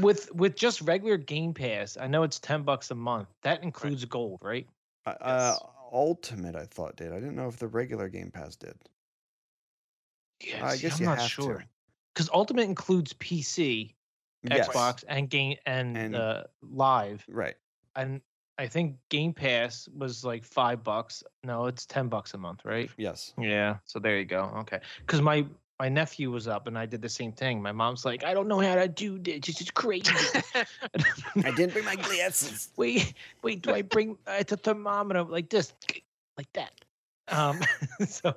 [SPEAKER 1] With with just regular Game Pass, I know it's ten bucks a month. That includes gold, right?
[SPEAKER 2] Uh, uh,
[SPEAKER 6] Yes.
[SPEAKER 2] Ultimate, I thought did. I didn't know if the regular Game Pass did.
[SPEAKER 1] Yeah,
[SPEAKER 2] I
[SPEAKER 1] see,
[SPEAKER 2] guess
[SPEAKER 1] I'm
[SPEAKER 2] you
[SPEAKER 1] not
[SPEAKER 2] have
[SPEAKER 1] sure
[SPEAKER 2] to.
[SPEAKER 1] because Ultimate includes PC,
[SPEAKER 2] Yes.
[SPEAKER 1] Xbox, and game and,
[SPEAKER 2] And-
[SPEAKER 1] uh, live.
[SPEAKER 2] Right.
[SPEAKER 1] And I think Game Pass was like five bucks. No, it's ten bucks a month, right?
[SPEAKER 2] Yes.
[SPEAKER 1] Yeah. So there you go. Okay. Because my my nephew was up and I did the same thing. My mom's like, I don't know how to do this. This is crazy. (laughs)
[SPEAKER 2] I didn't bring my
[SPEAKER 6] (laughs)
[SPEAKER 2] glasses.
[SPEAKER 1] wait, (laughs) wait. Do I (laughs) bring? It's a thermometer like this, like that. Um. (laughs) so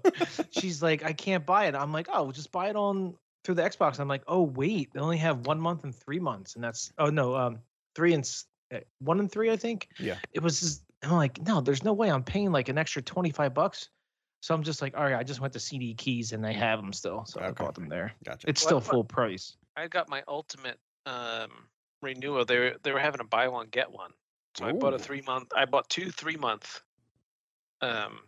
[SPEAKER 1] she's like, I can't buy it. I'm like, oh, well, just buy it on through the Xbox. I'm like, oh wait, they only have one month and three months, and that's oh no, um, three and s- uh, one and three, I think.
[SPEAKER 2] Yeah.
[SPEAKER 1] It was. Just, I'm like, no, there's no way I'm paying like an extra twenty five bucks. So I'm just like, all right, I just went to CD Keys and they have them still, so I
[SPEAKER 2] Okay.
[SPEAKER 1] bought them there.
[SPEAKER 2] Gotcha.
[SPEAKER 1] It's
[SPEAKER 6] What-
[SPEAKER 1] still
[SPEAKER 6] what-
[SPEAKER 1] full price.
[SPEAKER 6] I got my ultimate um, renewal. They were they were having a buy one get one, so I bought
[SPEAKER 2] Ooh.
[SPEAKER 6] a three month. I bought two three month um,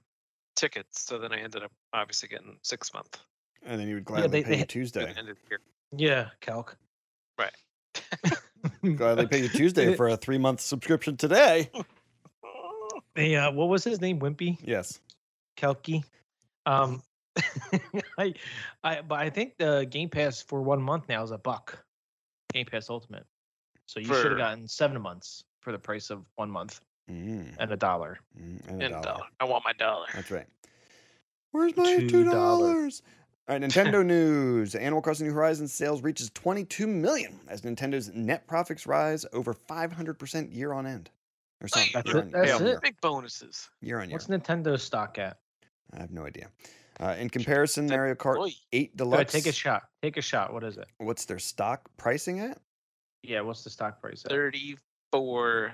[SPEAKER 6] tickets. So then I ended up obviously getting six month.
[SPEAKER 2] and then you would gladly
[SPEAKER 1] they-
[SPEAKER 2] pay
[SPEAKER 1] they-
[SPEAKER 2] you Tuesday.
[SPEAKER 6] Ended here.
[SPEAKER 1] Yeah, calc. (laughs)
[SPEAKER 6] Right.
[SPEAKER 2] gladly pay you Tuesday for a three month
[SPEAKER 1] (laughs)
[SPEAKER 2] subscription today.
[SPEAKER 1] the uh, what was his name? Wimpy.
[SPEAKER 2] Yes.
[SPEAKER 1] Kelki. Um, (laughs) I, I, but I think the Game Pass for one month now is a buck. Game Pass Ultimate. So you should
[SPEAKER 6] For-
[SPEAKER 1] have gotten seven months for the price of one month
[SPEAKER 2] Mm,
[SPEAKER 1] and a dollar.
[SPEAKER 2] mm,
[SPEAKER 6] And a dollar. I want my dollar.
[SPEAKER 2] That's right. Where's my two
[SPEAKER 1] $2?
[SPEAKER 2] dollars? All
[SPEAKER 1] (laughs)
[SPEAKER 2] right, Nintendo news. Animal Crossing New Horizons sales reaches 22 million as Nintendo's net profits rise over 500% year on end. Or something.
[SPEAKER 1] That's
[SPEAKER 2] year
[SPEAKER 1] it-
[SPEAKER 2] on-
[SPEAKER 1] that's
[SPEAKER 2] year on
[SPEAKER 1] it?
[SPEAKER 2] year.
[SPEAKER 6] Big bonuses.
[SPEAKER 2] Year on year.
[SPEAKER 1] What's Nintendo's stock at?
[SPEAKER 2] I have no idea. Uh, in comparison, Mario Kart
[SPEAKER 6] Boy.
[SPEAKER 2] 8
[SPEAKER 1] Go ahead,
[SPEAKER 2] Deluxe.
[SPEAKER 1] take a shot. Take a shot. What is it?
[SPEAKER 2] What's their stock pricing at?
[SPEAKER 1] Yeah, what's the stock price? At?
[SPEAKER 6] Thirty four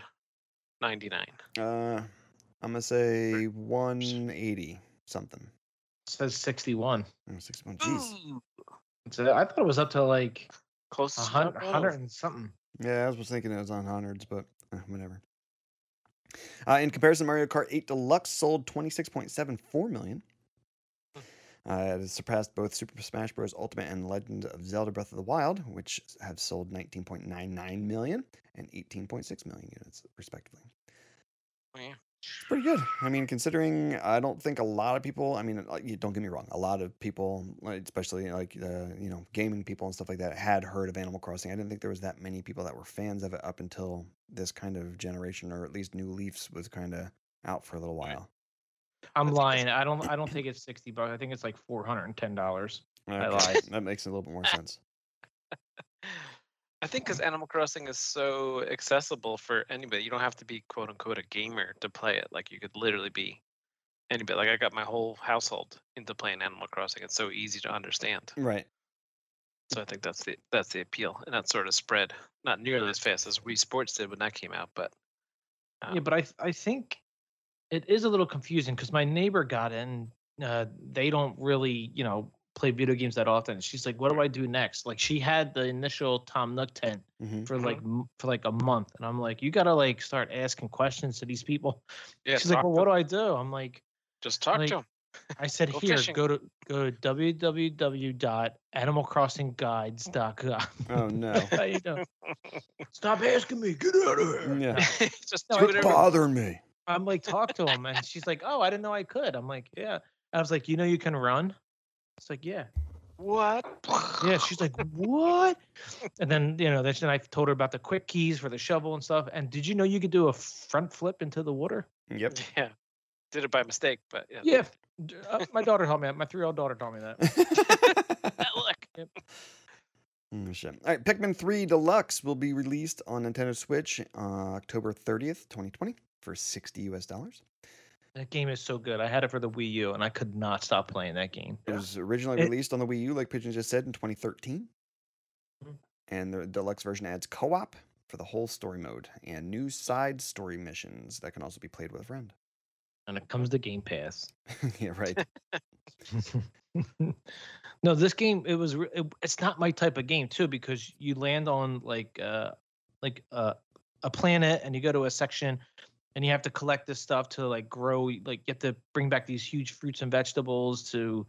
[SPEAKER 6] ninety nine.
[SPEAKER 2] Uh, I'm gonna say 180 something.
[SPEAKER 1] It says 61.
[SPEAKER 2] Oh, 61. Jeez.
[SPEAKER 1] So I thought it was up to like
[SPEAKER 6] Close
[SPEAKER 1] a
[SPEAKER 6] to
[SPEAKER 1] hun-
[SPEAKER 6] spot.
[SPEAKER 1] 100 and something.
[SPEAKER 2] Yeah, I was thinking it was on hundreds, but uh, whatever. Uh, in comparison, Mario Kart 8 Deluxe sold 26.74 million. Uh, it has surpassed both Super Smash Bros. Ultimate and Legend of Zelda Breath of the Wild, which have sold 19.99 million and 18.6 million units, respectively.
[SPEAKER 6] Yeah.
[SPEAKER 2] It's pretty good. I mean, considering I don't think a lot of people, I mean, uh, you- don't get me wrong, a lot of people, like, especially like, uh, you know, gaming people and stuff like that, had heard of Animal Crossing. I didn't think there was that many people that were fans of it up until this kind of generation, or at least New Leafs was kind of out for a little
[SPEAKER 6] Right.
[SPEAKER 2] while.
[SPEAKER 1] I'm
[SPEAKER 6] That's-
[SPEAKER 1] lying. I don't I don't think it's 60 bucks. I think it's like $410. I
[SPEAKER 2] Okay,
[SPEAKER 1] lied.
[SPEAKER 2] That makes a little bit
[SPEAKER 1] (laughs)
[SPEAKER 2] more sense.
[SPEAKER 6] I think because Animal Crossing is so accessible for anybody, you don't have to be quote unquote a gamer to play it. Like you could literally be anybody. Like I got my whole household into playing Animal Crossing. It's so easy to understand.
[SPEAKER 2] Right.
[SPEAKER 6] So I think that's the that's the appeal, and that sort of spread not nearly as fast as Wii Sports did when that came out, but um,
[SPEAKER 1] Yeah, but I th- I think it is a little confusing because my neighbor got in. Uh, they don't really, you know, play video games that often. She's like, "What do I do next?" Like she had the initial Tom Nook tent
[SPEAKER 2] hmm
[SPEAKER 6] Mm-hmm.
[SPEAKER 1] for like m- for like a month, and I'm like, "You gotta like start asking questions to these people."
[SPEAKER 6] yeah,
[SPEAKER 1] She's like, "Well, what do I do?" I'm like,
[SPEAKER 6] just talk
[SPEAKER 1] like-
[SPEAKER 6] to him.
[SPEAKER 1] "I said
[SPEAKER 6] Go
[SPEAKER 1] here,
[SPEAKER 6] fishing."
[SPEAKER 1] go to go to www.animalcrossingguides.com."
[SPEAKER 2] Oh, no.
[SPEAKER 1] (laughs) How you doing?
[SPEAKER 6] (laughs)
[SPEAKER 1] Stop asking me. Get out of here.
[SPEAKER 2] yeah.
[SPEAKER 6] just
[SPEAKER 1] No,
[SPEAKER 6] do
[SPEAKER 1] I-
[SPEAKER 2] Quit
[SPEAKER 6] whatever.
[SPEAKER 2] bothering me.
[SPEAKER 1] I'm like, talk to him. And she's like, oh, I didn't know I could. I'm like, yeah. I was like, you know, you can run. It's like, yeah.
[SPEAKER 6] What? (laughs)
[SPEAKER 1] Yeah, she's like, what? And then, you know, that's then I told her about the quick keys for the shovel and stuff. And did you know you could do a front flip into the water?
[SPEAKER 2] (laughs) Yep.
[SPEAKER 6] Yeah. Did it by mistake, but yeah.
[SPEAKER 1] Yeah. d- uh, my daughter taught me that. My three year old daughter taught me that.
[SPEAKER 6] (laughs) Look.
[SPEAKER 2] Mm, shit. All right, Pikmin 3 Deluxe will be released on Nintendo Switch uh, October 30th, 2020 for 60 US dollars.
[SPEAKER 1] That game is so good. I had it for the Wii U and I could not stop playing that game.
[SPEAKER 2] It was originally
[SPEAKER 1] It-
[SPEAKER 2] released on the Wii U, like Pigeon just said, in 2013.
[SPEAKER 1] Mm-hmm.
[SPEAKER 2] And the deluxe version adds co op for the whole story mode and new side story missions that can also be played with a friend. (laughs)
[SPEAKER 1] And it comes to Game Pass.
[SPEAKER 2] yeah,
[SPEAKER 1] (laughs)
[SPEAKER 2] right. (laughs)
[SPEAKER 1] no, this game it was re- it, it's not my type of game too because you land on like uh like uh, a planet and you go to a section and you have to collect this stuff to like grow like you have to bring back these huge fruits and vegetables to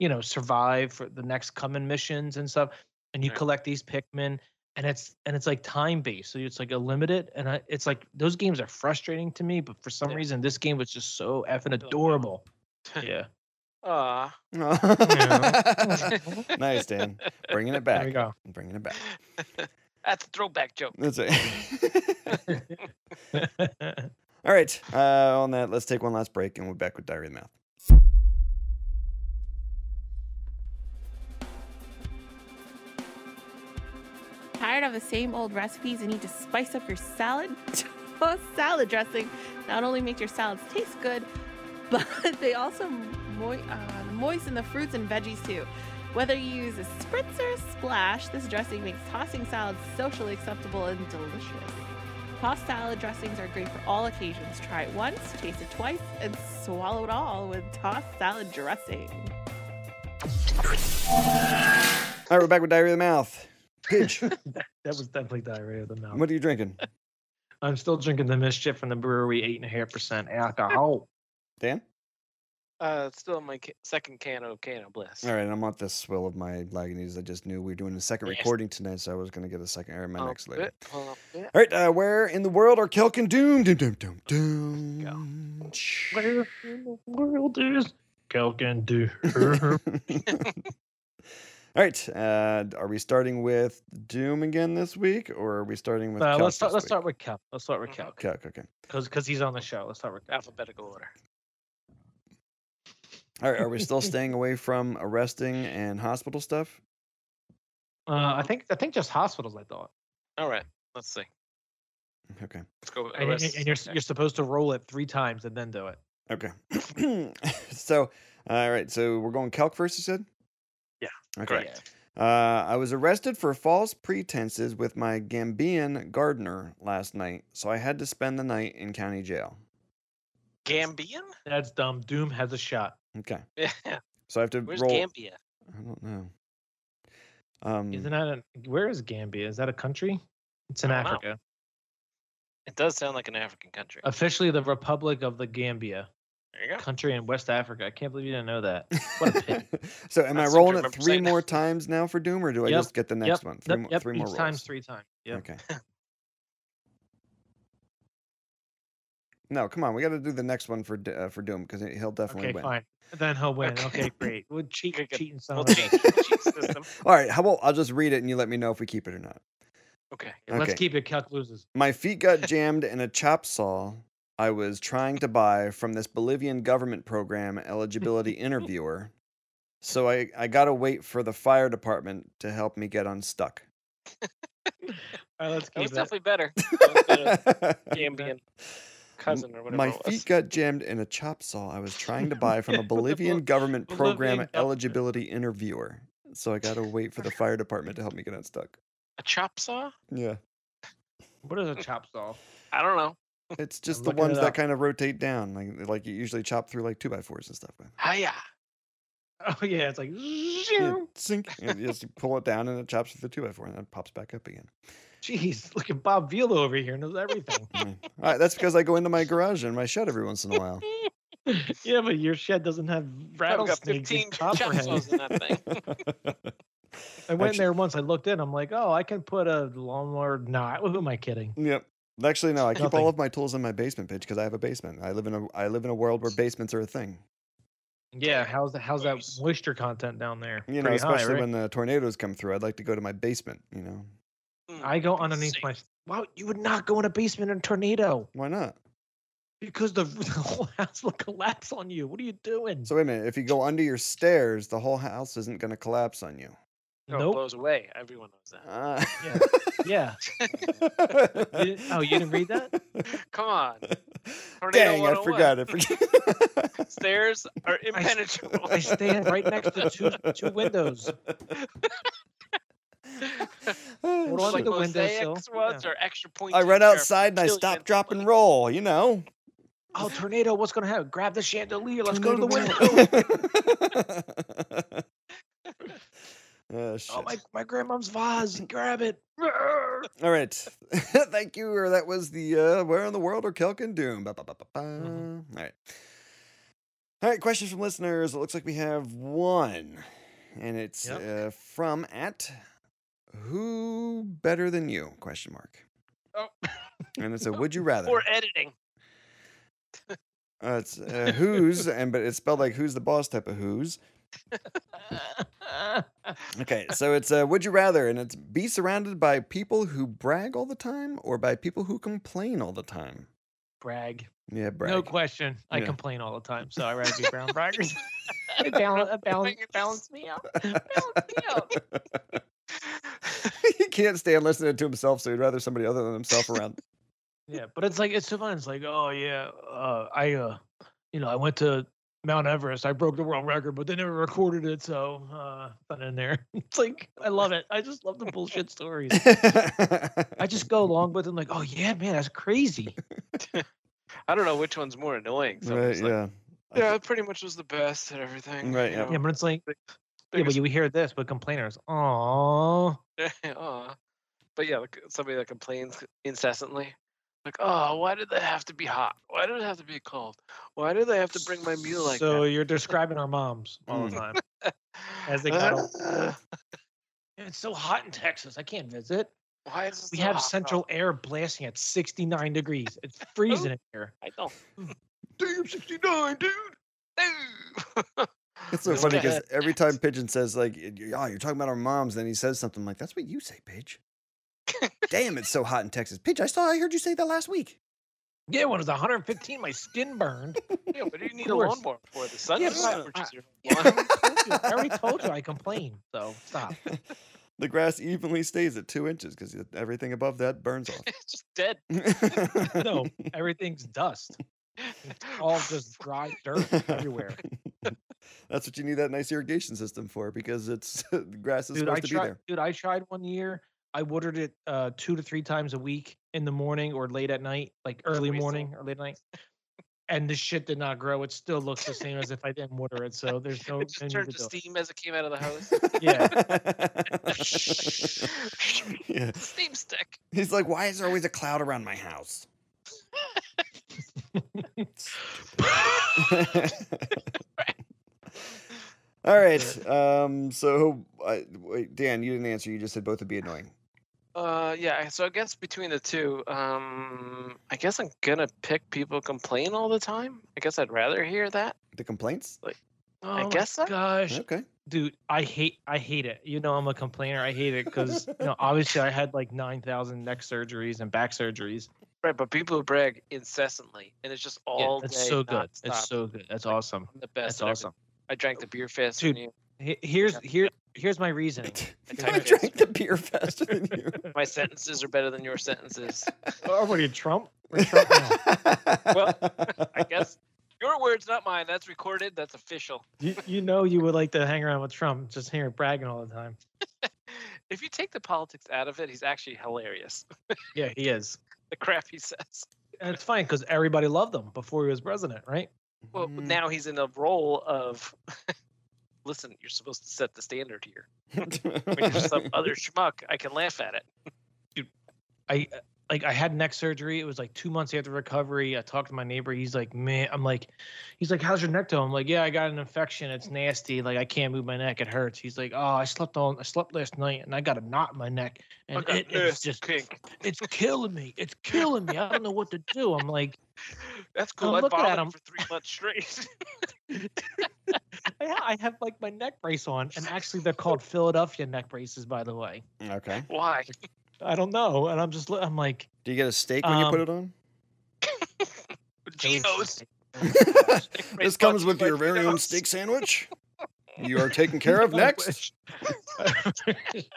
[SPEAKER 1] you know survive for the next coming missions and stuff and you
[SPEAKER 6] Right.
[SPEAKER 1] collect these Pikmin and it's and it's like time based so it's like a limited and I, it's like those games are frustrating to me but for some
[SPEAKER 6] Yeah.
[SPEAKER 1] reason this game was just so effing
[SPEAKER 6] Built up.
[SPEAKER 1] adorable yeah
[SPEAKER 6] Aw.
[SPEAKER 2] (laughs)
[SPEAKER 6] (laughs)
[SPEAKER 2] nice, Dan. Bringing it back.
[SPEAKER 1] (laughs) (laughs) there we go
[SPEAKER 2] Bringing it back.
[SPEAKER 6] That's a throwback joke.
[SPEAKER 2] That's it. (laughs) All right. Uh, on that, let's take one last break and we're back with Diary of the Mouth.
[SPEAKER 8] Tired of the same old recipes and need to spice up your salad? (laughs) Toast salad dressing not only makes your salads taste good, (laughs) but they also mo- uh, moisten the fruits and veggies too. Whether you use a spritz or a splash, this dressing makes tossing salads socially acceptable and delicious. Tossed salad dressings are great for all occasions. Try it once, taste it twice, and swallow it all with tossed salad dressing.
[SPEAKER 2] All right, we're back with Diary of the Mouth.
[SPEAKER 1] (laughs)
[SPEAKER 2] Pidge, (laughs)
[SPEAKER 1] that was definitely diarrhea of the mouth.
[SPEAKER 2] what are you drinking?
[SPEAKER 1] I'm still drinking the mischief from the brewery, eight and a half percent alcohol.
[SPEAKER 2] Dan?
[SPEAKER 6] Uh, it's still my ca- second can of can of bliss.
[SPEAKER 2] All right, I'm on the swill of my Lagunitas. I just knew we were doing a second
[SPEAKER 6] Yes.
[SPEAKER 2] recording tonight, so I was going to get a second or
[SPEAKER 1] Oh,
[SPEAKER 2] my
[SPEAKER 6] Pump
[SPEAKER 2] next later.
[SPEAKER 6] it, pump it.
[SPEAKER 2] All right, uh, where in the world are Kelk and Doom? Doom, doom, doom, doom.
[SPEAKER 1] Where in the world is Kelkin do?
[SPEAKER 2] All (laughs) right, uh, are we starting with Doom again this week, or are we starting with?
[SPEAKER 1] Uh,
[SPEAKER 2] Kelk
[SPEAKER 1] let's start.
[SPEAKER 2] this
[SPEAKER 1] Let's
[SPEAKER 2] week?
[SPEAKER 1] start with Kelk. Let's start with
[SPEAKER 6] Mhm.
[SPEAKER 1] Kelk
[SPEAKER 2] Kelk, okay.
[SPEAKER 1] because he's on the show. Let's start with Kelk.
[SPEAKER 6] Alphabetical order.
[SPEAKER 2] All right, are
[SPEAKER 1] (laughs)
[SPEAKER 2] we still staying away from arresting and hospital stuff?
[SPEAKER 1] Uh, I think I think just hospitals. I thought.
[SPEAKER 6] All right. Let's see.
[SPEAKER 2] Okay.
[SPEAKER 6] Let's go. with
[SPEAKER 1] And, and-
[SPEAKER 6] arrests
[SPEAKER 1] and you're s- you're
[SPEAKER 6] next.
[SPEAKER 1] supposed to roll it three times and then do it.
[SPEAKER 2] Okay. (clears throat) so, all right. So we're going calc first. You said.
[SPEAKER 6] Yeah,
[SPEAKER 2] Okay.
[SPEAKER 6] correct.
[SPEAKER 2] Uh, I was arrested for false pretenses with my Gambian gardener last night, so I had to spend the night in county jail.
[SPEAKER 6] (laughs) Gambian. (laughs)
[SPEAKER 1] That's dumb. Doom has a shot.
[SPEAKER 2] Okay.
[SPEAKER 1] (laughs)
[SPEAKER 6] Yeah.
[SPEAKER 2] So I have to
[SPEAKER 6] Where's
[SPEAKER 2] roll.
[SPEAKER 6] Gambia?
[SPEAKER 2] I don't know. Um,
[SPEAKER 1] Isn't that a, where is Gambia? Is that a country? It's in
[SPEAKER 6] I don't know.
[SPEAKER 1] Africa.
[SPEAKER 6] It does sound like an African country.
[SPEAKER 1] Officially, the Republic of the Gambia,
[SPEAKER 6] there you go.
[SPEAKER 1] country in West Africa. I can't believe you didn't know that. What a pity.
[SPEAKER 2] (laughs) so am I
[SPEAKER 6] That's what I
[SPEAKER 2] rolling it
[SPEAKER 6] remember
[SPEAKER 2] three
[SPEAKER 6] saying.
[SPEAKER 2] more times now for Doom, or do I
[SPEAKER 1] Yep,
[SPEAKER 2] just get the next one? Three,
[SPEAKER 1] Yep,
[SPEAKER 2] mo-
[SPEAKER 1] yep,
[SPEAKER 2] three
[SPEAKER 1] each
[SPEAKER 2] more
[SPEAKER 1] times
[SPEAKER 2] rolls.
[SPEAKER 1] three times. Yep.
[SPEAKER 6] (laughs)
[SPEAKER 2] Okay. no, come on. We got to do the next one for D- uh, for Doom because he'll definitely
[SPEAKER 1] Okay,
[SPEAKER 2] win.
[SPEAKER 6] (laughs)
[SPEAKER 1] fine. Then
[SPEAKER 2] (laughs)
[SPEAKER 1] he'll win. Okay,
[SPEAKER 6] Okay.
[SPEAKER 1] great. We'll cheat,
[SPEAKER 6] Good, good.
[SPEAKER 1] cheating son
[SPEAKER 6] We'll
[SPEAKER 1] of a
[SPEAKER 6] change,
[SPEAKER 1] bitch. (laughs)
[SPEAKER 6] we'll change system.
[SPEAKER 2] All right, how about I'll just read it and you let me know if we keep it or not.
[SPEAKER 6] Okay.
[SPEAKER 1] Let's
[SPEAKER 2] Okay.
[SPEAKER 1] keep it. Calc loses.
[SPEAKER 2] My feet
[SPEAKER 6] (laughs)
[SPEAKER 2] got jammed in a chop saw I was trying to buy from this Bolivian government program
[SPEAKER 6] (laughs)
[SPEAKER 2] eligibility interviewer. So I, I got to wait for the fire department to help me get unstuck.
[SPEAKER 1] All right, let's
[SPEAKER 6] That was
[SPEAKER 1] keep it. (laughs)
[SPEAKER 6] definitely better. That was better.
[SPEAKER 2] (laughs)
[SPEAKER 6] Gambian cousin or whatever.
[SPEAKER 2] My
[SPEAKER 6] it was.
[SPEAKER 2] feet got jammed in a chop saw I was trying to buy
[SPEAKER 6] (laughs)
[SPEAKER 2] from a Bolivian government
[SPEAKER 1] Bolivian
[SPEAKER 2] program
[SPEAKER 1] government.
[SPEAKER 2] eligibility interviewer. So I got to wait for the fire department to help me get unstuck.
[SPEAKER 6] A chop saw?
[SPEAKER 2] Yeah.
[SPEAKER 1] What (laughs) is a chop saw?
[SPEAKER 6] I don't know.
[SPEAKER 2] It's just the
[SPEAKER 1] looking it
[SPEAKER 2] ones that
[SPEAKER 1] up.
[SPEAKER 2] kind of rotate down, like like you usually chop through like two by fours and stuff with.
[SPEAKER 6] Hiya.
[SPEAKER 1] Oh yeah, it's like
[SPEAKER 2] Yeah,
[SPEAKER 1] zing.
[SPEAKER 2] sink. And you just pull it down and it chops through the two by four and then it pops back up
[SPEAKER 6] (laughs)
[SPEAKER 2] again.
[SPEAKER 1] Jeez, look at Bob Vila over here knows everything.
[SPEAKER 2] Yeah. All right, that's because I go into my garage and my shed every once in a while.
[SPEAKER 1] (laughs) yeah, but your shed doesn't have
[SPEAKER 6] I've got
[SPEAKER 1] rattlesnakes.
[SPEAKER 6] 15
[SPEAKER 1] and
[SPEAKER 6] chop
[SPEAKER 1] copperheads.
[SPEAKER 6] saws in (laughs) that thing.
[SPEAKER 1] I went in
[SPEAKER 2] Actually-
[SPEAKER 1] there once. I looked in. I'm like, oh, I can put a lawnmower. Nah, who am I kidding?
[SPEAKER 2] (laughs) Yep. Actually, no. I keep
[SPEAKER 1] Nothing.
[SPEAKER 2] all of my tools in my basement, bitch, because I have a basement. I live in a I live in a world where basements are a thing.
[SPEAKER 1] Yeah, how's the, how's that
[SPEAKER 6] Nice.
[SPEAKER 1] moisture content down there?
[SPEAKER 2] You know,
[SPEAKER 1] Pretty high,
[SPEAKER 2] especially
[SPEAKER 1] right?
[SPEAKER 2] when the tornadoes come through. I'd like to go to my basement. You know,
[SPEAKER 6] Mm,
[SPEAKER 1] I go
[SPEAKER 6] be
[SPEAKER 1] underneath
[SPEAKER 6] safe.
[SPEAKER 1] my. Wow, you would not go in a basement in a tornado
[SPEAKER 2] why not?
[SPEAKER 1] because the, (laughs) the whole house will collapse on you. What are you doing?
[SPEAKER 2] So wait a minute. If you go under your stairs, the whole house isn't going to collapse on you.
[SPEAKER 6] No, Oh, it
[SPEAKER 1] nope.
[SPEAKER 6] blows away. Everyone knows that.
[SPEAKER 2] Ah.
[SPEAKER 1] Yeah. Yeah. You didn't- oh, you didn't read
[SPEAKER 2] (laughs)
[SPEAKER 1] that? oh
[SPEAKER 6] Come on. Tornado
[SPEAKER 2] Dang, I
[SPEAKER 6] 101.
[SPEAKER 2] forgot. (laughs) I
[SPEAKER 1] (laughs)
[SPEAKER 2] forgot. (laughs)
[SPEAKER 6] Stairs are impenetrable.
[SPEAKER 1] I
[SPEAKER 6] (laughs)
[SPEAKER 1] stand right next to two two windows. Hold on
[SPEAKER 6] like
[SPEAKER 1] to the windowsill.
[SPEAKER 6] mosaics ones
[SPEAKER 1] Yeah.
[SPEAKER 6] are extra pointy.
[SPEAKER 2] I run
[SPEAKER 6] they're
[SPEAKER 2] outside and I
[SPEAKER 6] brilliant,
[SPEAKER 2] stop, drop, and
[SPEAKER 6] like-
[SPEAKER 2] roll. You know.
[SPEAKER 1] Oh, tornado! What's gonna happen? Grab the chandelier. Let's go to the window. (laughs)
[SPEAKER 2] window. (laughs) oh, shit.
[SPEAKER 1] Oh, my my grandmom's vase. Grab it.
[SPEAKER 2] All right. (laughs) Thank you. Or that was the uh, Where in the World or Kelkin Doom. Ba, ba, ba, ba, ba.
[SPEAKER 6] Mm-hmm.
[SPEAKER 1] Mhm.
[SPEAKER 2] All right. All right. Questions from listeners. It looks like we have one. And it's
[SPEAKER 1] Yep.
[SPEAKER 2] uh, from at who better than you? Question mark.
[SPEAKER 6] Oh.
[SPEAKER 2] And
[SPEAKER 6] (laughs)
[SPEAKER 2] it's a would you rather.
[SPEAKER 6] Or editing.
[SPEAKER 2] Uh, it's uh,
[SPEAKER 1] (laughs)
[SPEAKER 2] who's, and but it's spelled like who's the boss type of who's.
[SPEAKER 1] (laughs)
[SPEAKER 2] Okay, so it's uh, would you rather, and it's be surrounded by people who brag all the time or by people who complain all the time.
[SPEAKER 1] Brag.
[SPEAKER 2] Yeah, brag.
[SPEAKER 1] No question. I
[SPEAKER 2] Yeah.
[SPEAKER 1] complain all the time, so I rather
[SPEAKER 6] (laughs)
[SPEAKER 1] be brown (laughs) braggers. It balance, balance, balance me out. Balance me out.
[SPEAKER 2] (laughs) he can't stand listening to himself, so he'd rather somebody other than
[SPEAKER 1] (laughs)
[SPEAKER 2] himself around.
[SPEAKER 1] Yeah, but it's like it's so fun. It's like, oh yeah, uh, I, uh, you know, I went to Mount Everest. I broke the world record, but they never recorded it, so uh, not in there. (laughs) It's like I love it. I just love the bullshit
[SPEAKER 2] (laughs)
[SPEAKER 1] stories. I just go along with them, like, oh yeah, man, that's crazy.
[SPEAKER 6] I don't know which one's more annoying.
[SPEAKER 2] right,
[SPEAKER 6] Someone's like,
[SPEAKER 2] yeah. I
[SPEAKER 6] yeah, it pretty much was the best at everything.
[SPEAKER 2] Right,
[SPEAKER 6] you
[SPEAKER 2] yeah.
[SPEAKER 1] Yeah,
[SPEAKER 6] know,
[SPEAKER 1] but it's like, yeah, but
[SPEAKER 6] biggest-
[SPEAKER 1] you hear this with complainers. Oh,
[SPEAKER 6] (laughs) Aw. But yeah, like somebody that complains incessantly. Like, oh, why did they have to be hot? Why did it have to be cold? Why did they have to bring my meal like
[SPEAKER 1] so
[SPEAKER 6] that?
[SPEAKER 1] you're describing our moms all the time. as they got old.
[SPEAKER 6] Uh,
[SPEAKER 1] It's so hot in Texas. I can't visit.
[SPEAKER 6] (sighs) why is it
[SPEAKER 1] We
[SPEAKER 6] so
[SPEAKER 1] have
[SPEAKER 6] hot Oh. out?
[SPEAKER 1] central air blasting at 69 degrees. It's freezing in here.
[SPEAKER 6] I don't.
[SPEAKER 1] Hmm.
[SPEAKER 6] (laughs) Damn, 69, dude. Ew. (laughs)
[SPEAKER 2] It's so
[SPEAKER 6] This
[SPEAKER 2] funny
[SPEAKER 6] guy
[SPEAKER 2] because
[SPEAKER 6] had
[SPEAKER 2] every
[SPEAKER 6] abs.
[SPEAKER 2] time Pigeon says like, y- y- "Oh, you're talking about our moms," then he says something like, "That's what you say, Pidge." Damn, it's so hot in Texas, Pidge. I saw, I heard you say that last week. (laughs)
[SPEAKER 1] Yeah, when it was 115, my skin burned.
[SPEAKER 6] (laughs) Yeah,
[SPEAKER 1] (laughs)
[SPEAKER 6] what do you need a
[SPEAKER 1] course.
[SPEAKER 6] lawnmower for? The sun
[SPEAKER 1] Yeah,
[SPEAKER 6] is
[SPEAKER 1] but
[SPEAKER 6] temperatures
[SPEAKER 1] Yeah, I (laughs)
[SPEAKER 6] are
[SPEAKER 1] already told you- I already told you I complain. So stop.
[SPEAKER 2] the grass evenly stays at two inches because everything above that burns off.
[SPEAKER 6] (laughs) It's just dead.
[SPEAKER 1] (laughs) No, everything's dust. All
[SPEAKER 6] (laughs)
[SPEAKER 1] just dry dirt everywhere.
[SPEAKER 2] (laughs) That's what you need that nice irrigation system for because it's (laughs) the grass is
[SPEAKER 1] Dude, I
[SPEAKER 2] supposed to be
[SPEAKER 1] tried.
[SPEAKER 2] there.
[SPEAKER 1] Dude, I tried one year. I watered it uh, two to three times a week in the morning or late at night, like early
[SPEAKER 6] Waste all-
[SPEAKER 1] morning or late night. And the shit did not grow. It still looks the same as if I didn't water it. So there's no.
[SPEAKER 6] (laughs)
[SPEAKER 1] no
[SPEAKER 6] It just
[SPEAKER 1] need
[SPEAKER 6] turned
[SPEAKER 1] to
[SPEAKER 6] to
[SPEAKER 1] do it.
[SPEAKER 6] steam as it came out of the
[SPEAKER 1] (laughs)
[SPEAKER 6] hose.
[SPEAKER 2] Yeah. (laughs) yeah.
[SPEAKER 6] (laughs) steam stick.
[SPEAKER 2] He's like, why is there always a cloud around my house? All right. Um, so, uh, wait, Dan, you didn't answer. You just said both would be annoying.
[SPEAKER 6] Uh, yeah. So I guess between the two, um, I guess I'm gonna pick people complain all the time. I guess I'd rather hear that.
[SPEAKER 2] The complaints?
[SPEAKER 1] Oh my
[SPEAKER 6] guess so.
[SPEAKER 1] Gosh,
[SPEAKER 2] Okay.
[SPEAKER 1] dude, I hate, I hate it. You know, I'm a complainer. I hate it because you
[SPEAKER 6] (laughs)
[SPEAKER 1] know, obviously, I had like nine thousand neck surgeries and back surgeries.
[SPEAKER 6] Right, but people who brag incessantly, and it's just
[SPEAKER 1] Yeah,
[SPEAKER 6] all
[SPEAKER 1] that's
[SPEAKER 6] day.
[SPEAKER 1] so good.
[SPEAKER 6] nonstop.
[SPEAKER 1] It's so good. That's awesome.
[SPEAKER 6] I'm the best.
[SPEAKER 1] That's
[SPEAKER 6] at everything.
[SPEAKER 1] awesome.
[SPEAKER 6] I drank the beer faster
[SPEAKER 1] Dude.
[SPEAKER 6] than you.
[SPEAKER 1] He- Here's here here's my
[SPEAKER 6] (laughs)
[SPEAKER 1] reasoning.
[SPEAKER 2] (laughs) I drank the beer faster than you.
[SPEAKER 1] uh,
[SPEAKER 6] My sentences are better than your sentences.
[SPEAKER 1] Oh, what are you, Trump?
[SPEAKER 6] (laughs) Well,
[SPEAKER 1] (laughs)
[SPEAKER 6] I guess your words, not mine. That's recorded. That's official.
[SPEAKER 1] You, you know you would like to hang around with Trump, just hear him bragging all the time.
[SPEAKER 6] If you take the politics out of it, he's actually hilarious. (laughs)
[SPEAKER 1] Yeah, he is.
[SPEAKER 6] The crap he says.
[SPEAKER 1] And it's fine because everybody loved him before he was president, right?
[SPEAKER 6] Well,
[SPEAKER 2] Mm. (laughs)
[SPEAKER 6] now he's in the role of. (laughs) Listen, you're supposed to set the standard here.
[SPEAKER 2] (laughs)
[SPEAKER 6] When you're some other schmuck, I can laugh at it. (laughs)
[SPEAKER 1] I uh, like I had neck surgery. It was like two months after recovery. I talked to my neighbor. He's like, man, I'm like, he's like, how's your neck doing? I'm like, yeah, I got an infection. It's nasty. Like I can't move my neck. It hurts. He's like, oh, I slept on, I slept last night and I got a knot in my neck and
[SPEAKER 6] I
[SPEAKER 1] it,
[SPEAKER 6] got
[SPEAKER 1] it's
[SPEAKER 6] this
[SPEAKER 1] just,
[SPEAKER 6] kink.
[SPEAKER 1] it's killing me. It's killing me. I don't know what to do. I'm like,
[SPEAKER 6] That's cool.
[SPEAKER 1] Oh,
[SPEAKER 6] I
[SPEAKER 1] look at
[SPEAKER 6] vomited
[SPEAKER 1] him.
[SPEAKER 6] for three months straight. (laughs)
[SPEAKER 1] yeah, I have like my neck brace on, and actually they're called Philadelphia neck braces, by the way.
[SPEAKER 2] Okay.
[SPEAKER 6] Why?
[SPEAKER 1] I don't know, and I'm just li- I'm like (laughs)
[SPEAKER 2] Do you get a steak when you put
[SPEAKER 1] Um,
[SPEAKER 2] it
[SPEAKER 6] (laughs)
[SPEAKER 2] on?
[SPEAKER 6] Geno's.
[SPEAKER 2] this comes with your very own steak sandwich. You are taken care
[SPEAKER 6] (laughs)
[SPEAKER 2] of
[SPEAKER 1] I
[SPEAKER 2] next.
[SPEAKER 1] wish. (laughs)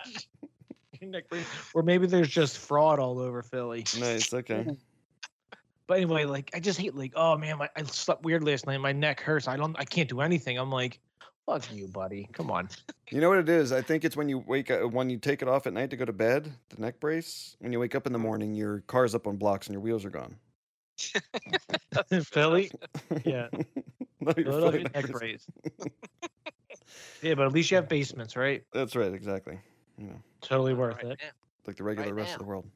[SPEAKER 1] Neck brace. or maybe there's just fraud all over Philly.
[SPEAKER 2] Nice. Okay.
[SPEAKER 1] But anyway, like I just hate like, oh man, my, I slept weird last night. My neck hurts. I don't, I can't do anything. I'm like, fuck you, buddy. Come on.
[SPEAKER 2] You know what it is? I think it's when you wake up, when you take it off at night to go to bed, the neck brace. When you wake up in the morning, your car's up on blocks and your wheels are gone.
[SPEAKER 6] (laughs)
[SPEAKER 1] (laughs) Philly, Yeah.
[SPEAKER 2] (laughs) No, you're
[SPEAKER 1] Philadelphia
[SPEAKER 2] fine.
[SPEAKER 1] neck brace. yeah, but at least you have basements, right?
[SPEAKER 2] (laughs) That's right. Exactly. You know,
[SPEAKER 1] Totally worth it.
[SPEAKER 2] like the regular
[SPEAKER 6] Right
[SPEAKER 2] rest
[SPEAKER 6] now.
[SPEAKER 2] of the world.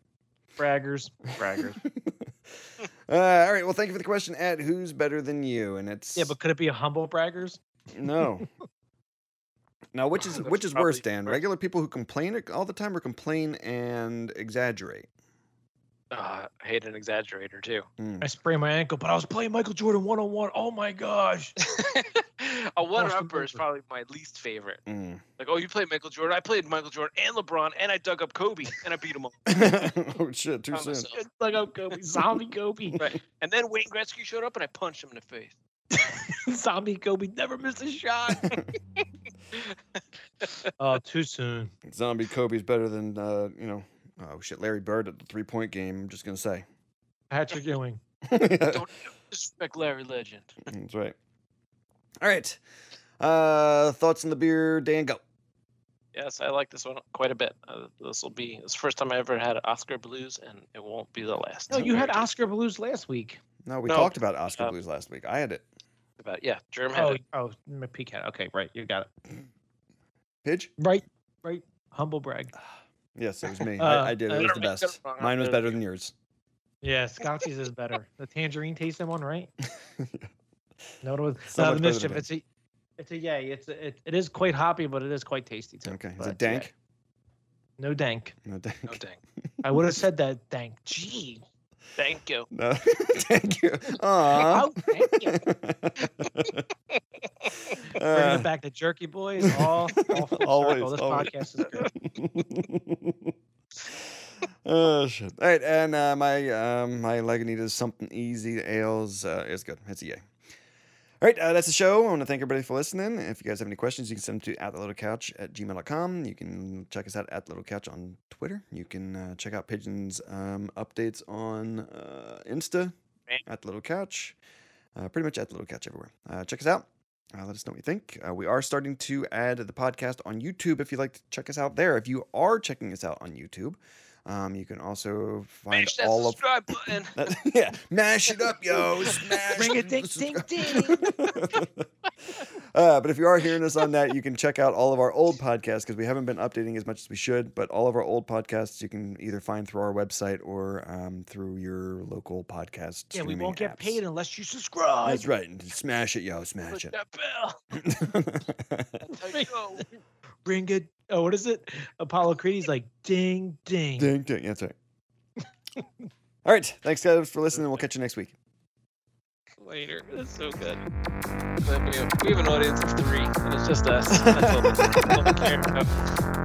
[SPEAKER 1] Braggers, braggers.
[SPEAKER 2] (laughs) uh, all right. Well, thank you for the question, at Who's better than you? And it's
[SPEAKER 1] yeah, but could it be a humble braggers? (laughs)
[SPEAKER 2] No. Now, which is
[SPEAKER 6] That's
[SPEAKER 2] which is worse,
[SPEAKER 6] probably
[SPEAKER 2] Dan?
[SPEAKER 6] worse.
[SPEAKER 2] Regular people who complain all the time, or complain and exaggerate?
[SPEAKER 6] Uh, I hate an
[SPEAKER 2] (laughs)
[SPEAKER 6] exaggerator too.
[SPEAKER 2] Hmm,
[SPEAKER 1] I sprained my ankle, but I was playing Michael Jordan one on one. Oh my gosh. (laughs)
[SPEAKER 6] (laughs) a one upper is
[SPEAKER 1] Unbelievable.
[SPEAKER 6] probably my least favorite.
[SPEAKER 2] (laughs) Mm.
[SPEAKER 6] Like, oh, you played Michael Jordan. I played Michael Jordan and LeBron, and I dug up Kobe, and I beat him all.
[SPEAKER 2] oh shit! Too
[SPEAKER 6] by
[SPEAKER 2] soon.
[SPEAKER 6] myself.
[SPEAKER 1] Like up Kobe, zombie Kobe, (laughs)
[SPEAKER 6] Right. And then Wayne Gretzky showed up, and I punched him in the
[SPEAKER 2] (laughs)
[SPEAKER 6] face.
[SPEAKER 1] zombie Kobe never missed a shot. (laughs) Oh, too soon.
[SPEAKER 2] Zombie Kobe's better than uh, you know. Oh shit! Larry Bird at the three-point game. I'm just gonna say.
[SPEAKER 1] Patrick (laughs) Ewing.
[SPEAKER 2] That's (laughs)
[SPEAKER 6] Don't disrespect Larry Legend.
[SPEAKER 2] right. All right. Uh, thoughts on the beer, Dan? Go.
[SPEAKER 6] Yes, I like this one quite a bit. Uh, this will be it's the first time I ever had Oscar blues, and it won't be the last.
[SPEAKER 1] No, Oh, you had
[SPEAKER 6] Very
[SPEAKER 1] Oscar Blues last week.
[SPEAKER 2] No, we
[SPEAKER 6] No.
[SPEAKER 2] talked about Oscar
[SPEAKER 6] Uh,
[SPEAKER 2] Blues last week. I had it.
[SPEAKER 6] good about yeah, Germ had
[SPEAKER 1] Oh,
[SPEAKER 6] it.
[SPEAKER 1] oh, my peak hat. Okay, right. You got it.
[SPEAKER 2] Pidge?
[SPEAKER 1] Right, right. Humble brag.
[SPEAKER 2] Yes, it was me.
[SPEAKER 1] Uh,
[SPEAKER 2] I, I did.
[SPEAKER 1] uh,
[SPEAKER 2] It was the
[SPEAKER 6] Better make
[SPEAKER 2] best.
[SPEAKER 6] it wrong,
[SPEAKER 2] Mine was
[SPEAKER 6] uh,
[SPEAKER 2] better than yours. (laughs)
[SPEAKER 1] Yeah, Scotty's is (laughs) better. The tangerine tasting one, right? No, it was
[SPEAKER 2] So
[SPEAKER 1] no, the
[SPEAKER 2] much better than
[SPEAKER 1] mischief.
[SPEAKER 2] mine.
[SPEAKER 1] It's a, it's a yay. It's a, it, it is quite hoppy, but it is quite tasty too.
[SPEAKER 2] Okay. Is
[SPEAKER 1] But, yeah,
[SPEAKER 2] it dank?
[SPEAKER 1] no dank.
[SPEAKER 2] No dank.
[SPEAKER 6] No dang.
[SPEAKER 1] I would have said that dank. Gee.
[SPEAKER 6] Thank you.
[SPEAKER 2] (laughs) No, (laughs) thank you. Aw.
[SPEAKER 1] Oh, thank you. Bringing
[SPEAKER 2] (laughs) Uh,
[SPEAKER 1] it back to Jerky Boys. All, all full
[SPEAKER 2] (laughs) Always,
[SPEAKER 1] circle. This
[SPEAKER 2] always.
[SPEAKER 1] podcast is
[SPEAKER 2] (laughs)
[SPEAKER 1] good.
[SPEAKER 2] oh shit! All right, and uh, my um, my Lagunitas something easy ales uh, is good. It's a yay. All right, uh, that's the show. I want to thank everybody for listening. If you guys have any questions, you can send them to at the little couch at gmail.com. You can check us out at the little couch on Twitter. You can uh, check out Pigeon's um, updates on uh, Insta at the little couch. Uh, pretty much at the little couch everywhere. Uh, check us out. Uh, let us know what you think. Uh, we are starting to add the podcast on YouTube if you'd like to check us out there. If you are checking us out on YouTube, um, you can also find
[SPEAKER 6] Smash that
[SPEAKER 2] all of. (laughs)
[SPEAKER 6] subscribe button.
[SPEAKER 2] That- yeah, mash it up, yo. Smash
[SPEAKER 1] Ring a
[SPEAKER 2] the
[SPEAKER 1] ding, ding,
[SPEAKER 2] subscribe- (laughs) uh, but if you are hearing us on that, you can check out all of our old podcasts because we haven't been updating as much as we should. But all of our old podcasts you can either find through our website or um, through your local podcast.
[SPEAKER 1] Yeah, we
[SPEAKER 2] streaming
[SPEAKER 1] won't get
[SPEAKER 2] apps.
[SPEAKER 1] paid unless you subscribe.
[SPEAKER 2] That's right. and Smash it, yo. Smash
[SPEAKER 6] Push
[SPEAKER 2] it.
[SPEAKER 6] that bell.
[SPEAKER 2] (laughs)
[SPEAKER 6] There you go.
[SPEAKER 1] Ring it. Oh, what is it? Apollo Creed's like ding, ding.
[SPEAKER 2] ding, ding.
[SPEAKER 1] (laughs)
[SPEAKER 2] That's right. All right. Thanks, guys, for listening. We'll catch you next week.
[SPEAKER 6] Later. That's so good.
[SPEAKER 2] (laughs)
[SPEAKER 6] Glad We have, we have an audience of three, and it's just us. That's all. Don't care.